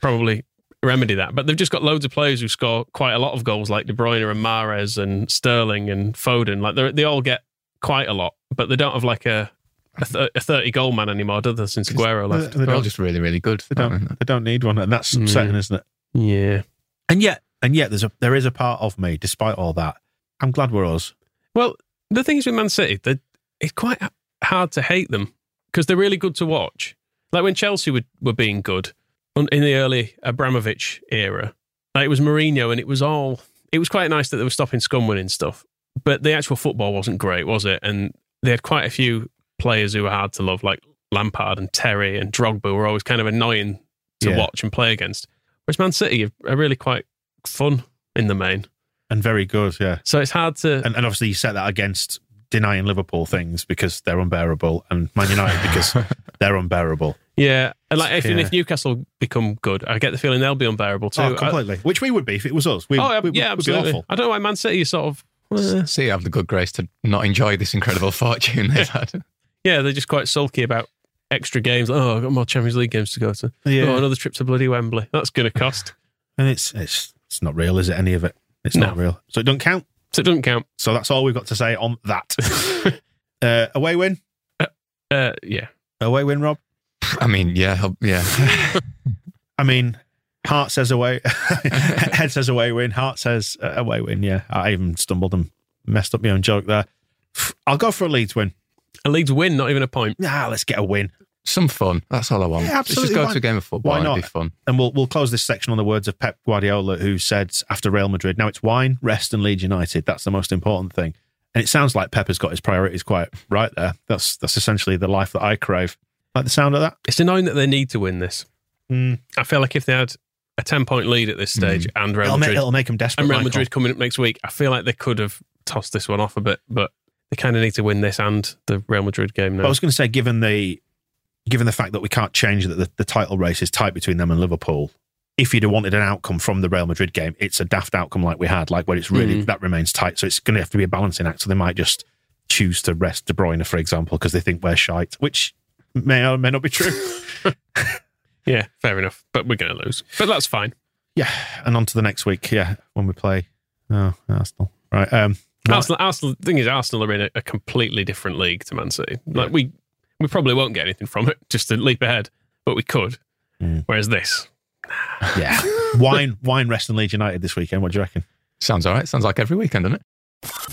probably remedy that. But they've just got loads of players who score quite a lot of goals, like De Bruyne and Mares and Sterling and Foden. Like they they all get quite a lot, but they don't have like a a, th- a thirty goal man anymore, do they? Since Aguero
They-
left.
They,
They're all
don't,
just really, really good.
they don't. They don't need one, and that's
Mm.
upsetting, isn't it?
Yeah.
And yet, and yet, there's a there is a part of me, despite all that, I'm glad we're us.
Well, the thing is with Man City, they it's quite h- hard to hate them because they're really good to watch. Like when Chelsea were, were being good on- in the early Abramovich era, like it was Mourinho and it was all, it was quite nice that they were stopping scum winning stuff. But the actual football wasn't great, was it? And they had quite a few players who were hard to love, like Lampard and Terry and Drogba were always kind of annoying to
Yeah.
watch and play against. Whereas Man City are- are really quite fun in the main.
and very good. Yeah,
So it's hard to.
and, and obviously you set that against denying Liverpool things because they're unbearable, and Man
(laughs)
United because they're unbearable.
Oh, Yeah, and like if, and
Yeah.
if Newcastle become good, I get the feeling they'll be unbearable too.
oh, completely. Which we would be if it was us. We,
I, oh,
we,
yeah,
would be
absolutely.
awful.
I don't know why Man City is sort of. eh.
See, I have the good grace to not enjoy this incredible fortune they've
(laughs)
had.
yeah, they're just quite sulky about extra games. Like, oh, I've got more Champions League games to go to.
Yeah.
Oh, another trip to bloody Wembley. That's going to cost.
And it's it's it's not real, is it? Any of it? It's
No.
not real. So it doesn't count.
So it doesn't count. (laughs)
So that's all we've got to say on that. uh, away win,
Uh, yeah.
away win, Rob.
I mean, yeah, I'll- yeah.
I mean, heart says away, (laughs) head says away win, heart says uh, away win. Yeah, I even stumbled and messed up my own joke there. I'll go for a Leeds win.
A Leeds win, not even a point.
Ah, let's get a win,
Some fun. That's all I want.
Yeah,
Let's
absolutely.
just go
Why-
to a game of football.
why
It'd be
not?
fun.
and we'll we'll close this section on the words of Pep Guardiola, who said after Real Madrid, "Now it's wine, rest, and Leeds United. That's the most important thing." And it sounds like Pep has got his priorities quite right there. That's that's essentially the life that I crave. Like the sound of that.
It's annoying that they need to win this.
Mm.
I feel like if they had a 10 point lead at this stage and
Hmm.
Real
It'll, make,
Madrid,
it'll make him desperate.
and Real
Michael.
Madrid coming up next week, I feel like they could have tossed this one off a bit, but they kind of need to win this and the Real Madrid game
But I
now.
was going to say, given the given the fact that we can't change that the, the title race is tight between them and Liverpool, if you'd have wanted an outcome from the Real Madrid game, it's a daft outcome like we had, like where it's really
Mm.
that remains tight. So it's going to have to be a balancing act. So they might just choose to rest De Bruyne, for example, because they think we're shite, which may or may not be true.
Yeah, fair enough. But we're going to lose. But that's fine.
yeah, and on to the next week. Yeah, when we play oh, Arsenal, right? Um, Right.
Arsenal, Arsenal, the thing is, Arsenal are in a, a completely different league to Man City. Like we, we probably won't get anything from it, just to leap ahead, but we could.
Mm.
Whereas this,
yeah, wine, wine, rest, and Leeds United this weekend. What do you reckon?
Sounds all right. Sounds like every weekend, doesn't it?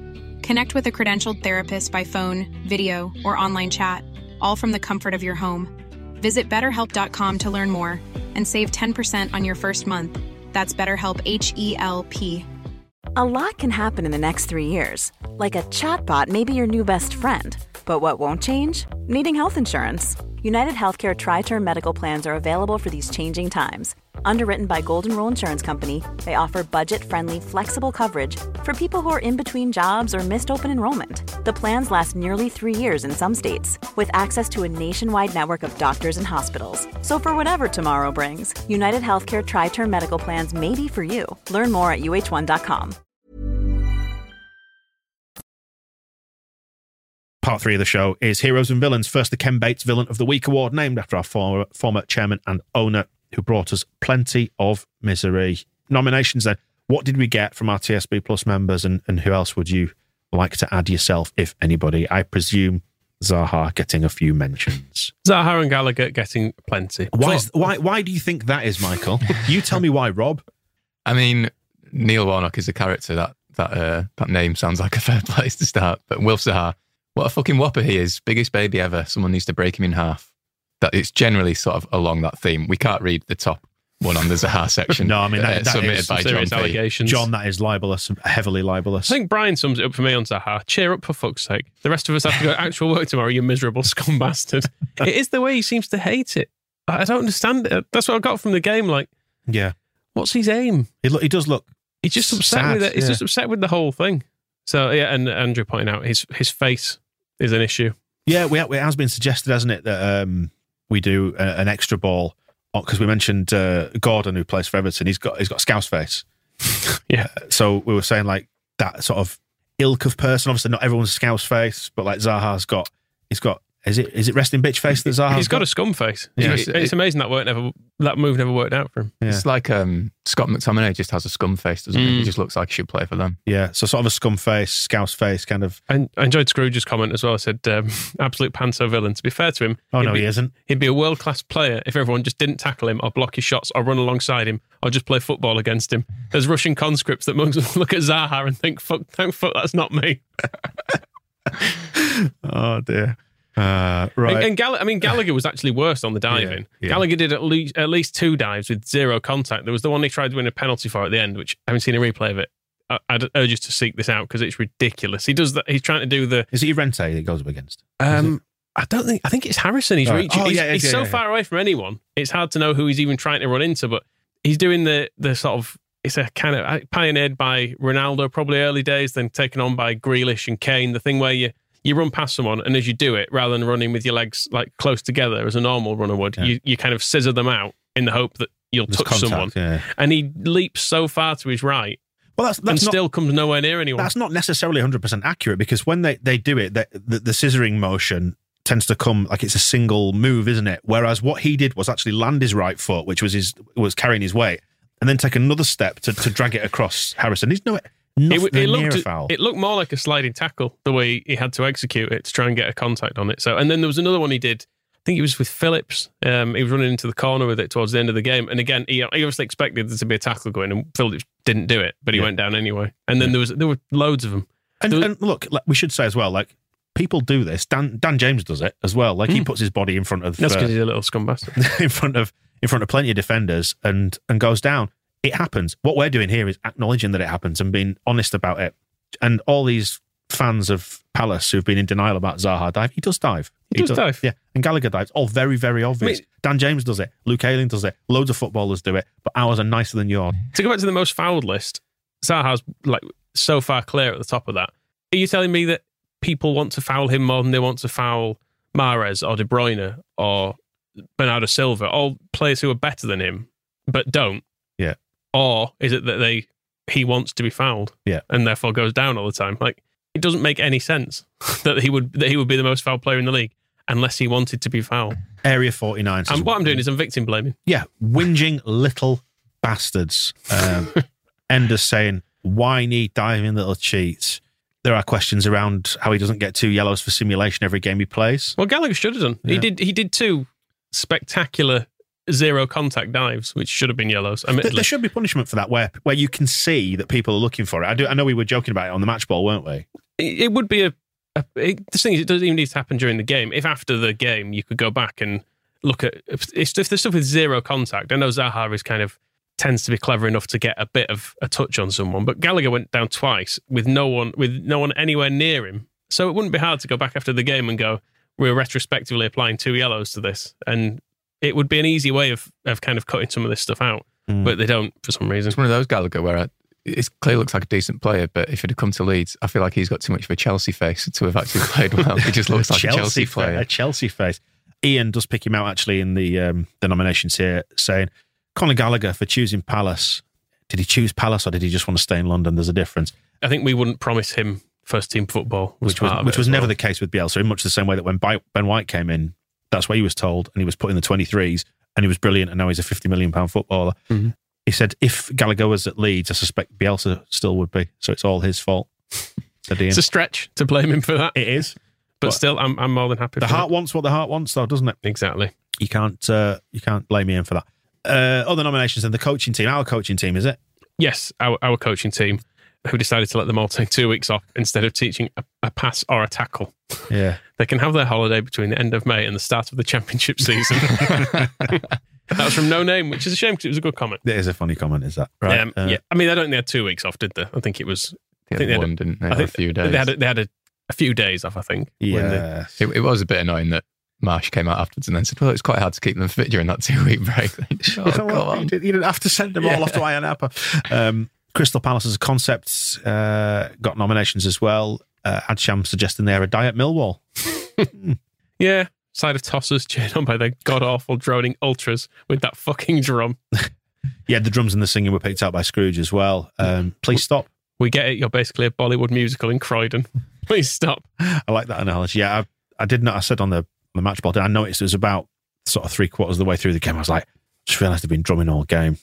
Connect with a credentialed therapist by phone, video, or online chat, all from the comfort of your home. Visit betterhelp.com to learn more and save 10% on your first month. That's BetterHelp, H E L P.
A lot can happen in the next three years. Like a chatbot may be your new best friend. But what won't change? Needing health insurance. United Healthcare Tri Term Medical Plans are available for these changing times. Underwritten by Golden Rule Insurance Company, they offer budget friendly, flexible coverage for people who are in between jobs or missed open enrollment. The plans last nearly three years in some states, with access to a nationwide network of doctors and hospitals. So, for whatever tomorrow brings, United Healthcare Tri Term Medical Plans may be for you. Learn more at uh1.com.
part three of the show is Heroes and Villains. First, the Ken Bates Villain of the Week award, named after our former, former chairman and owner, who brought us plenty of misery. Nominations then. What did we get from our TSB Plus members, and, and who else would you like to add yourself, if anybody? I presume Zaha getting a few mentions.
Zaha and Gallagher getting plenty.
(laughs) Why,
Plus-
is, why, why do you think that is, Michael? You tell me why, Rob.
I mean, Neil Warnock is a character that that uh, that name sounds like a fair (laughs) place to start. But Wilf Sahar, what a fucking whopper he is! Biggest baby ever. Someone needs to break him in half. That it's generally sort of along that theme. We can't read the top one on
(laughs)
the Zahar section. uh,
No, I mean, that- that
submitted
is
by John
serious
P.
allegations.
John, that is libelous, heavily libelous.
I think Brian sums it up for me on Zaha. Cheer up for fuck's sake. The rest of us have to go to actual work tomorrow, you miserable scum
(laughs)
bastard. it is the way he seems to hate it. I I don't understand it. That's what I got from the game. Like,
yeah,
what's his aim?
he, lo- he does look
He's just upset
Sad,
with it. He's
yeah.
just upset with the whole thing. So yeah, and Andrew pointing out his his face is an issue.
Yeah, we, it has been suggested, hasn't it, that um, we do a, an extra ball because we mentioned uh, Gordon, who plays for Everton. He's got he's got a scouse face.
(laughs)
Uh,
Yeah.
So we were saying like that sort of ilk of person. Obviously, not everyone's scouse face, but like Zaha's got he's got is it is it resting bitch face that Zaha's
He's got a scum face.
Yeah.
It's, it's amazing that work never that move never worked out for him.
Yeah.
It's like um, Scott McTominay just has a scum face, doesn't he?
Mm.
He just looks like he should play for them.
yeah, so sort of a scum face, scouse face, kind of.
And I enjoyed Scrooge's comment as well. I said um, (laughs) absolute panto villain. To be fair to him,
Oh
he'd
no,
be-
he isn't.
He'd be a world class player if everyone just didn't tackle him or block his shots or run alongside him or just play football against him. There's Russian conscripts that must (laughs) look at Zaha and think, fuck, thank fuck, that's not me.
Oh dear. Uh, right.
And, and Gall- I mean, Gallagher was actually worse on the diving.
Yeah, yeah.
Gallagher did at least at least two dives with zero contact. There was the one he tried to win a penalty for at the end, which I haven't seen a replay of it. I, I'd urge you to seek this out because it's ridiculous. He does that. He's trying to do the.
is it Irente that he goes up against?
Um, I don't think. I think it's Harrison. He's
Right.
reaching.
Oh,
he's
yeah, yeah,
he's
yeah,
so
yeah, yeah.
far away from anyone. It's hard to know who he's even trying to run into. But he's doing the the sort of. It's a kind of I- pioneered by Ronaldo, probably early days, then taken on by Grealish and Kane. The thing where you you run past someone, and as you do it, rather than running with your legs like close together as a normal runner would,
Yeah.
you you kind of scissor them out in the hope that you'll
There's
touch
contact,
someone.
Yeah.
And he leaps so far to his right
Well, that's that's
and
not,
still comes nowhere near anyone.
that's not necessarily 100% accurate because when they, they do it, the, the, the scissoring motion tends to come like it's a single move, isn't it? Whereas what he did was actually land his right foot, which was his was carrying his weight, and then take another step to, to drag it across Harrison. He's no
It,
nothing
w- it
near
looked
a foul.
it looked more like a sliding tackle the way he had to execute it to try and get a contact on it. So and then there was another one he did. I think it was with Phillips. Um, he was running into the corner with it towards the end of the game, and again he, he obviously expected there to be a tackle going, and Phillips didn't do it, but he
Yeah.
went down anyway. And then there was there were loads of them.
and,
there was-
and look, like, we should say as well, like people do this. Dan Dan James does it as well. Like he
Mm.
puts his body in front of
That's
uh,
because he's a little scum bastard.
(laughs) in front of in front of plenty of defenders and and goes down. It happens. What we're doing here is acknowledging that it happens and being honest about it. And all these fans of Palace who've been in denial about Zaha dive, he does dive.
He does dive.
Yeah. And Gallagher dives. All very, very obvious.
mean-
Dan James does it. Luke Ayling does it. Loads of footballers do it. But ours are nicer than yours.
to go back to the most fouled list, Zaha's like so far clear at the top of that. Are you telling me that people want to foul him more than they want to foul Mares or De Bruyne or Bernardo Silva, all players who are better than him but don't?
Yeah.
Or is it that they he wants to be fouled?
Yeah.
And therefore goes down all the time. Like it doesn't make any sense (laughs) that he would that he would be the most fouled player in the league unless he wanted to be fouled.
Area 49. says-
And what I'm doing is I'm victim blaming.
Yeah, whinging little bastards.
(laughs)
Um, Ender's saying, whiny, diving little cheats. There are questions around how he doesn't get two yellows for simulation every game he plays.
Well, Gallagher should have done. He
Yeah.
did. He did two spectacular zero contact dives, which should have been yellows. I mean,
There, there should be punishment for that, where where you can see that people are looking for it. I do. I know we were joking about it on the match ball, weren't we?
it it would be a. a it, the thing is, it doesn't even need to happen during the game. If after the game you could go back and look at if, if there's stuff with zero contact. I know Zaha is kind of tends to be clever enough to get a bit of a touch on someone, but Gallagher went down twice with no one with no one anywhere near him. So it wouldn't be hard to go back after the game and go, we're retrospectively applying two yellows to this, and it would be an easy way of of kind of cutting some of this stuff out.
Hmm.
But they don't for some reason.
It's one of those Gallagher where I, it's clearly looks like a decent player, but if he'd have come to Leeds, I feel like he's got too much of a Chelsea face to have actually played well. He Oh,
(laughs)
just looks like a Chelsea
fa-
player.
A Chelsea face. Ian does pick him out actually in the um, the nominations here, saying Conor Gallagher for choosing Palace. Did he choose Palace or did he just want to stay in London? There's a difference.
I think we wouldn't promise him first team football, was
which was,
part of
which
it
was
as
never
Ah, well.
the case with Bielsa, in much the same way that when Bi- Ben White came in, that's what he was told, and he was put in the 23s, and he was brilliant, and now he's a 50 million pound footballer.
Mhm.
He said, if Gallagher was at Leeds, I suspect Bielsa still would be, so it's all his fault. Said Ian.
(laughs) It's a stretch to blame him for that,
it
(laughs)
is.
but
but-
still, I'm, I'm more than happy.
The
for
heart
it.
wants what the heart wants, though, doesn't it?
exactly.
You can't uh, you can't blame Ian for that. Uh, other nominations and the coaching team, our coaching team, is it?
Yes, our, our coaching team, who decided to let them all take two weeks off instead of teaching a, a pass or a tackle.
Yeah.
They can have their holiday between the end of May and the start of the championship season. (laughs) that was from No Name, which is a shame because it was a good comment.
That is a funny comment, is that? Right.
Um,
Uh,
yeah, I mean, I don't think they had two weeks off, did they? I think it was.
They
think they
had
had
one, didn't they?
I
for
think
a few days.
They had a, they had a, a few days off, I think. when they-
Yeah.
It, it was a bit annoying that Marsh came out afterwards and then said, "Well, it's quite hard to keep them fit during that (laughs) two-week break." oh,
You know
come
what? You,
on.
did, not have to send them all off to Iron Apple. Um, Crystal Palace as a concept uh, got nominations as well. Uh, Adsham suggesting they're a diet Millwall.
Yeah, side of tossers (laughs) cheered on by the god awful droning ultras with that fucking drum.
Yeah, the drums and the singing were picked out by Scrooge as well. Um, please stop.
We get it. You're basically a Bollywood musical in Croydon. (laughs) Please stop.
I like that analogy. Yeah, I, I did not. I said on the on the match ball, I noticed it was about sort of three quarters of the way through the game. I was like, just realised they've been drumming all game.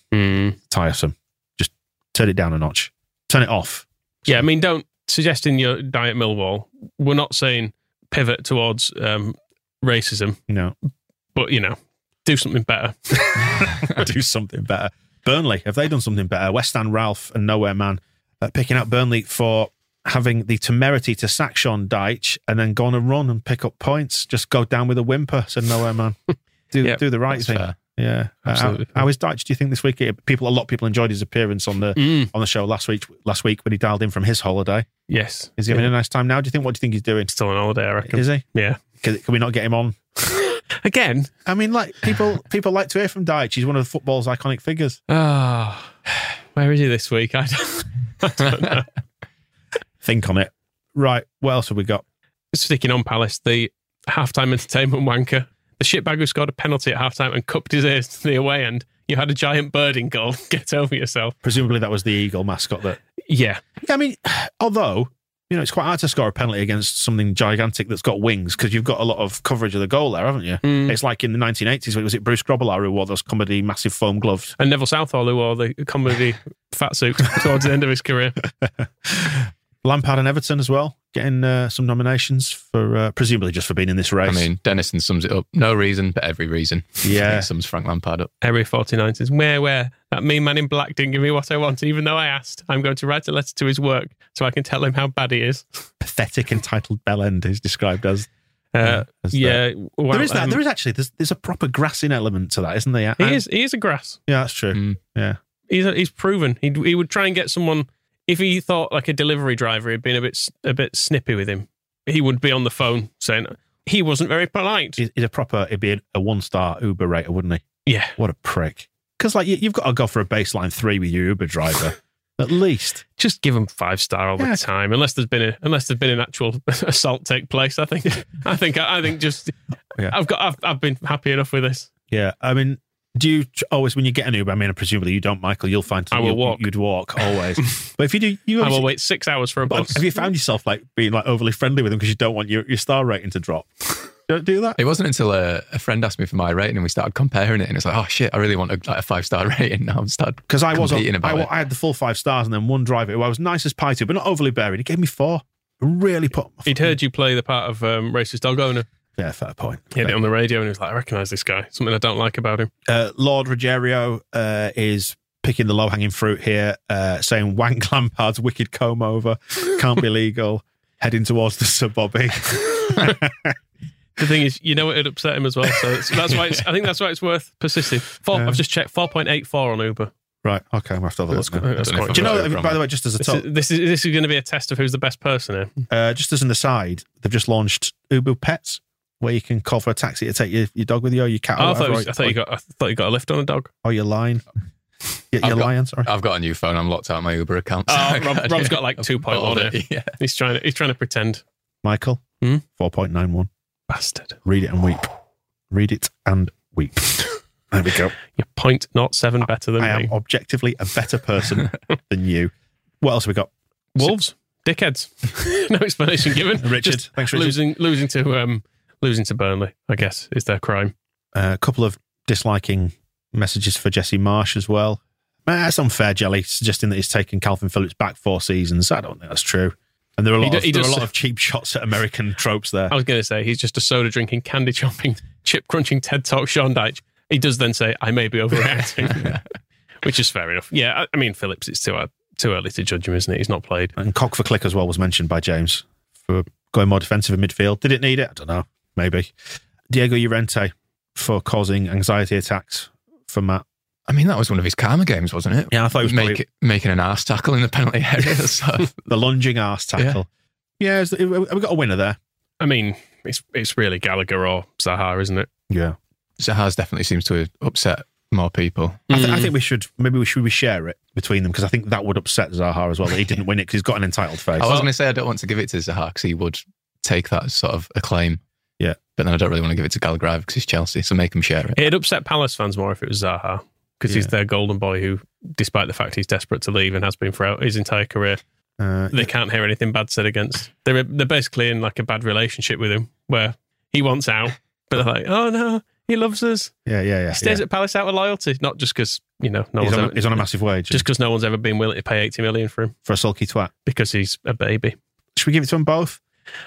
Tiresome. Just turn it down a notch. Turn it off.
Yeah, I mean, don't suggesting your diet Millwall. We're not saying pivot towards um, racism,
You know,
but you know, do something better.
(laughs) do something better. Burnley, have they done something better? West Ham, Ralph, and Nowhere Man uh, picking out Burnley for having the temerity to sack Sean Deitch and then go on a run and pick up points. Just go down with a whimper. Said nowhere
(laughs)
man. Do
Yep,
do the right
That's
thing.
fair.
Yeah, Uh,
Absolutely.
How, how is Deitch? Do you think this week? People, a lot of people enjoyed his appearance on the
Mm.
on the show last week. Last week when he dialed in from his holiday,
Yes.
is he having a nice time now? Do you think? What do you think he's doing?
Still on holiday, I reckon.
Is he?
yeah.
Can, can we not get him on?
Again.
I mean, like people people like to hear from Deitch. He's one of football's iconic figures.
Ah, (sighs) where is he this week? (laughs) I don't, I don't know. (laughs)
Think on it. Right. What else have we got?
Sticking on Palace, the halftime entertainment wanker, the shitbag who scored a penalty at halftime and cupped his ears to the away end. You had a giant bird in goal. (laughs) Get over yourself.
Presumably that was the eagle mascot that
Yeah,
Yeah, I mean, (sighs) although you know it's quite hard to score a penalty against something gigantic that's got wings because you've got a lot of coverage of the goal there, haven't you?
Mm.
It's like in the 1980s. when- Was it Bruce Grobbelaar who wore those comedy massive foam gloves? (laughs)
and Neville Southall who wore the comedy fat suit towards the end of his career.
Lampard and Everton as well getting uh, some nominations for uh, presumably just for being in this race.
I mean, Dennison sums it up. No reason, but every reason. (laughs)
Yeah.
He sums Frank Lampard up.
Area 49 says, Where, where? That mean man in black didn't give me what I want, even though I asked. I'm going to write a letter to his work so I can tell him how bad he is.
pathetic entitled bell end is described as.
Uh,
as that.
yeah, well,
there is that.
um,
there is actually there's, there's a proper grassing element to that, isn't there?
He
And-
is, he is a grass.
Yeah, that's true.
Mm.
Yeah.
he's he's proven he he would try and get someone if he thought like a delivery driver had been a bit s- a bit snippy with him. He would be on the phone saying he wasn't very polite.
He's he's a proper. It'd be a one star Uber rater, wouldn't he?
Yeah,
What a prick. Because like you, you've got to go for a baseline three with your Uber driver, (laughs) at least.
just give him five star all
Yeah.
the time, unless there's been a unless there's been an actual (laughs) assault take place. I
(laughs)
think I think I, think just
Yeah.
I've got I've, I've been happy enough with this.
Yeah, I mean, do you tr- always when you get an Uber? I mean, presumably you don't, Michael. You'll find
I will
you'll-
walk.
You'd walk
(laughs)
always. but if you do, you
I will
obviously-
wait six hours for a
but
bus.
have you found yourself like being like overly friendly with them because you don't want your, your star rating to drop? don't do
(laughs)
that.
It wasn't until a, a friend asked me for my rating and we started comparing it. And it's like, oh shit, I really want a, like, a five star (laughs) rating now. I'm started
Because I was, on,
competing
I,
about
wa-
it.
I had the full five stars and then one driver who I was nice as pie to, but not overly bearing. He gave me four. Really put.
He'd heard you play the part of um, racist dog owner.
Yeah, fair point.
He had it on the radio and he was like, I recognise this guy. Something I don't like about him.
Uh, Lord Rogerio uh, is picking the low hanging fruit here, uh, saying Wank Lampard's wicked comb over can't be legal. Heading towards the sub Bobby.
The thing is, you know it'd upset him as well, so it's, that's why it's, I think that's why it's worth persisting. Four,
Yeah.
I've just checked four point eight four on Uber.
right. Okay. I'm going to have to have a look. now.
That's
I don't know
quite
if
Do you know,
I've got
by
it
the
wrong.
way, just as a
This
top,
is, this is this is going to be a test of who's the best person here.
uh, just as an aside, they've just launched Uber Pets, where you can call for a taxi to take your, your dog with you or your cat. or
Oh, I, thought
whatever,
it was, I
or-
thought you got Oh. I thought you got a lift on a dog.
or your lion. Your, your
I've got-
lion, sorry.
I've got a new phone. I'm locked out of my Uber (laughs) account.
Oh, Rob,
has
Rob's got like two point one. here.
Yeah.
He's trying to he's trying to pretend
Michael,
Hmm?
4.91.
bastard.
Read it and weep. Read it and
(laughs)
weep. There we go.
You're point not seven better than
I
me.
am objectively a better person than you. What else have we got?
Wolves, dickheads. (laughs) no explanation given.
(laughs) Richard,
Just
thanks, Richard.
losing losing to um losing to Burnley. I guess is their crime.
Uh, a couple of disliking messages for Jesse Marsh as well. Uh, That's unfair, Jelly, suggesting that he's taken Calvin Phillips back four seasons. I don't think that's true. And there are a
He
lot,
do-
of,
he Oh.
there are a
does-
lot of cheap shots at American tropes there.
I was going to say he's just a soda drinking, candy chopping, (laughs) chip crunching, TED talk Sean Dyche. He does then say, "I may be
(laughs)
overreacting," (laughs) which is fair enough. Yeah, I, I mean Phillips, it's too uh, too early to judge him, isn't it? He's not played.
And cock for click as well was mentioned by James for going more defensive in midfield. Did it need it? I don't know. Maybe. Diego Llorente for causing anxiety attacks for Matt.
I mean, that was one of his karma games, wasn't it?
Yeah, I thought it was
Make,
probably
making an ass tackle in the penalty area. So
the lunging arse tackle. Yeah, is- have we got a winner there?
I mean, it's it's really Gallagher or Zaha, isn't it?
Yeah.
Zahars definitely seems to have upset more people.
I, th-
Mm.
I think we should maybe we should we share it between them because I think that would upset Zaha as well. that He didn't win it because he's got an entitled face.
I was going to say I don't want to give it to Zahar because he would take that as sort of acclaim.
Yeah.
But then I don't really want to give it to Gallagher either because he's Chelsea. So make him share it.
It'd upset Palace fans more if it was Zaha because he's
Yeah.
their golden boy who, despite the fact he's desperate to leave and has been throughout his entire career,
Uh,
they can't hear anything bad said against. They're they're basically in like a bad relationship with him where he wants out, but they're like, "Oh no, he loves us."
yeah, yeah, yeah.
He stays
yeah.
at Palace out of loyalty, not just because you know no
he's,
one's
on a,
ever,
he's on a massive wage
just
just
because no one's ever been willing to pay eighty million for him
for a sulky twat.
because he's a baby.
Should we give it to them both?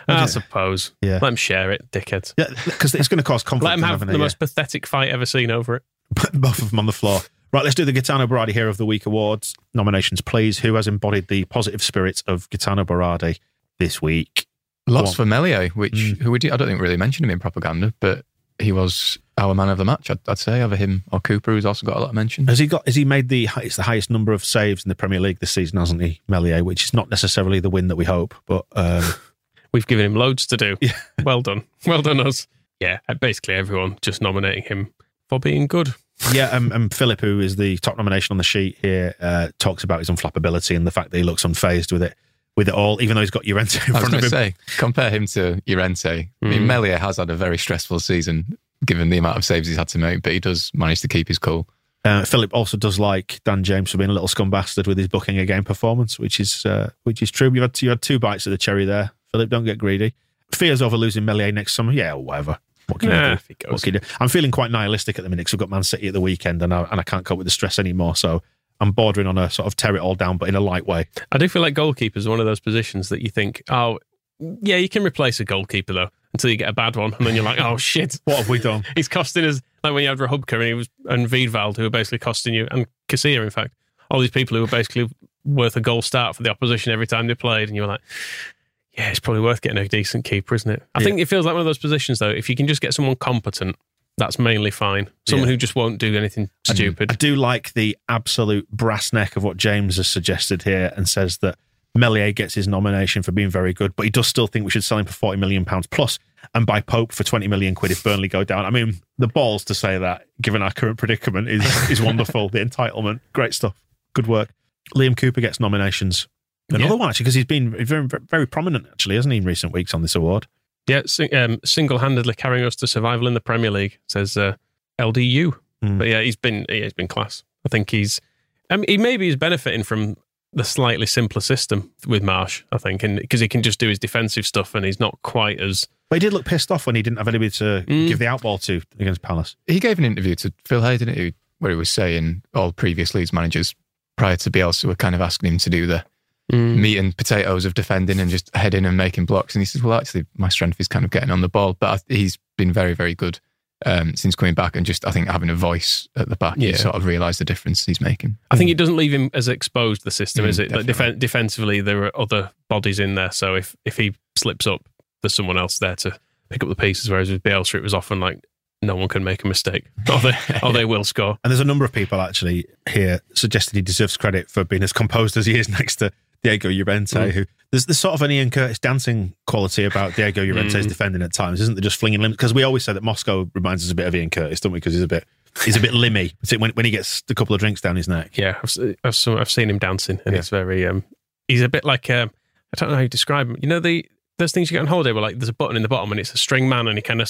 I
Yeah.
suppose.
Yeah.
Let him share it, dickheads.
Yeah, because it's going to cause conflict.
(laughs) Let him have
having
the
it, yeah.
most pathetic fight ever seen over it.
Put (laughs) both of them on the floor. Right, let's do the Gitano Barardi Hero of the Week awards nominations, please. Who has embodied the positive spirit of Gitano Barardi this week?
Lots
Go
for Melio, which
Mm.
who would you, I don't think really mentioned him in propaganda, but he was our man of the match. I'd, I'd say over him or Cooper, who's also got a lot of mention.
Has he got? Has he made the? hi- It's the highest number of saves in the Premier League this season, hasn't he, Melier? Which is not necessarily the win that we hope, but
(laughs)
um,
We've given him loads to do. Well done. Well done, us. Yeah, basically everyone just nominating him for being good.
yeah. Um, and Philip, who is the top nomination on the sheet here, uh, talks about his unflappability and the fact that he looks unfazed with it, with it all, even though he's got Urente in
I was
front
going
of
to
him.
say, compare him to Urente. I mean,
Mm.
Melia has had a very stressful season given the amount of saves he's had to make, but he does manage to keep his cool.
Uh, Philip also does like Dan James for being a little scumbastard with his booking a game performance, which is uh, which is true. You had you had two bites of the cherry there, Philip. Don't get greedy. Fears over losing Melier next summer. Yeah, whatever. What can
Nah,
you do?
if he
What
goes.
can you do? I'm feeling quite nihilistic at the minute because we've got Man City at the weekend, and I, and I can't cope with the stress anymore. So I'm bordering on a sort of tear it all down, but in a light way.
I do feel like goalkeepers is one of those positions that you think, oh, yeah, you can replace a goalkeeper though until you get a bad one, and then you're like, oh (laughs) shit,
What have we done?
he's costing us like when you had Rahubka and he was and Wiedwald who were basically costing you and Casilla in fact all these people who were basically worth a goal start for the opposition every time they played and you were like yeah it's probably worth getting a decent keeper isn't it I think it feels like one of those positions though if you can just get someone competent that's mainly fine someone
Yeah.
who just won't do anything
I
stupid
do like the absolute brass neck of what James has suggested here and says that Melier gets his nomination for being very good, but he does still think we should sell him for forty million pounds plus and buy Pope for twenty million quid if Burnley go down. I mean, the balls to say that, given our current predicament, is
(laughs)
is wonderful. the entitlement, great stuff, good work. Liam Cooper gets nominations. Another
Yeah.
one actually, because he's been very, very prominent actually, hasn't he, in recent weeks on this award?
yeah sing, um, single-handedly carrying us to survival in the Premier League says uh, LDU
Mm.
but yeah he's been yeah, he's been class I think he's I mean, he maybe is benefiting from the slightly simpler system with Marsh, I think, and because he can just do his defensive stuff and he's not quite as
But he did look pissed off when he didn't have anybody to
Mm.
give the outball to against Palace.
He gave an interview to Phil Hay, didn't he, where he was saying all previous Leeds managers prior to Bielsa were kind of asking him to do the meat and potatoes of defending and just heading and making blocks. And he says, well, actually, my strength is kind of getting on the ball, but I- he's been very, very good um, since coming back. And just, I think, having a voice at the back, you
Yeah.
sort of realise the difference he's making.
I think it doesn't leave him as exposed the system,
Mm,
is it? Like
Hmm. definitely.
defen- defensively, there are other bodies in there, so if if he slips up, there's someone else there to pick up the pieces. Whereas with Bielsa, it was often like no one can make a mistake, or they or they will score.
And there's a number of people actually here suggested he deserves credit for being as composed as he is (laughs) next to Diego Llorente,
Mm.
who there's, there's sort of an Ian Curtis dancing quality about Diego Llorente's
Mm.
defending at times, isn't there? Just flinging limbs because we always say that Moscow reminds us a bit of Ian Curtis, don't we? Because he's a bit he's a bit limmy (laughs) Is it when when he gets a couple of drinks down his neck.
Yeah, I've, se- I've, se- I've seen him dancing, and
Yeah.
it's very. Um, he's a bit like um, I don't know how you describe him. You know the those things you get on holiday where like there's a button in the bottom and it's a string man and he kind of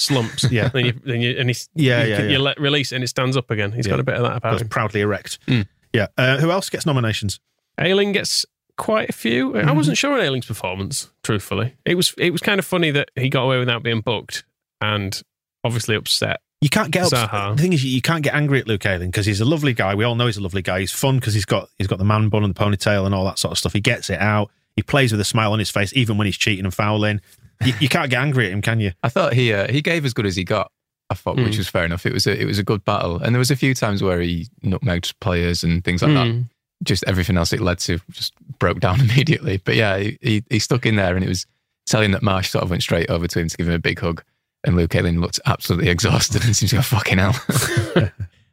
(laughs)
slumps.
Yeah.
then you, then you and he's
Yeah,
you,
yeah, yeah.
you let release and it stands up again. He's
Yeah.
got a bit of that about
Goes
him.
proudly erect.
Mm.
Yeah. Uh, who else gets nominations?
Ailing gets quite a few.
Mm-hmm.
I wasn't sure on Ailing's performance. Truthfully, it was it was kind of funny that he got away without being booked and obviously upset.
You can't get ups-
Zaha.
the thing is you- you can't get angry at Luke Ayling because he's a lovely guy. We all know he's a lovely guy. He's fun because he's got he's got the man bun and the ponytail and all that sort of stuff. He gets it out. He plays with a smile on his face even when he's cheating and fouling. You, you can't get angry at him, can you?
I thought he uh, he gave as good as he got. I thought, which
Mm.
was fair enough. It was a it was a good battle, and there was a few times where he nutmegged players and things like that. Just everything else it led to just broke down (laughs) immediately. But yeah, he, he he stuck in there, and it was telling that Marsh sort of went straight over to him to give him a big hug, and Luke Ayling looked absolutely (laughs) exhausted and seems to go fucking hell.
Yeah,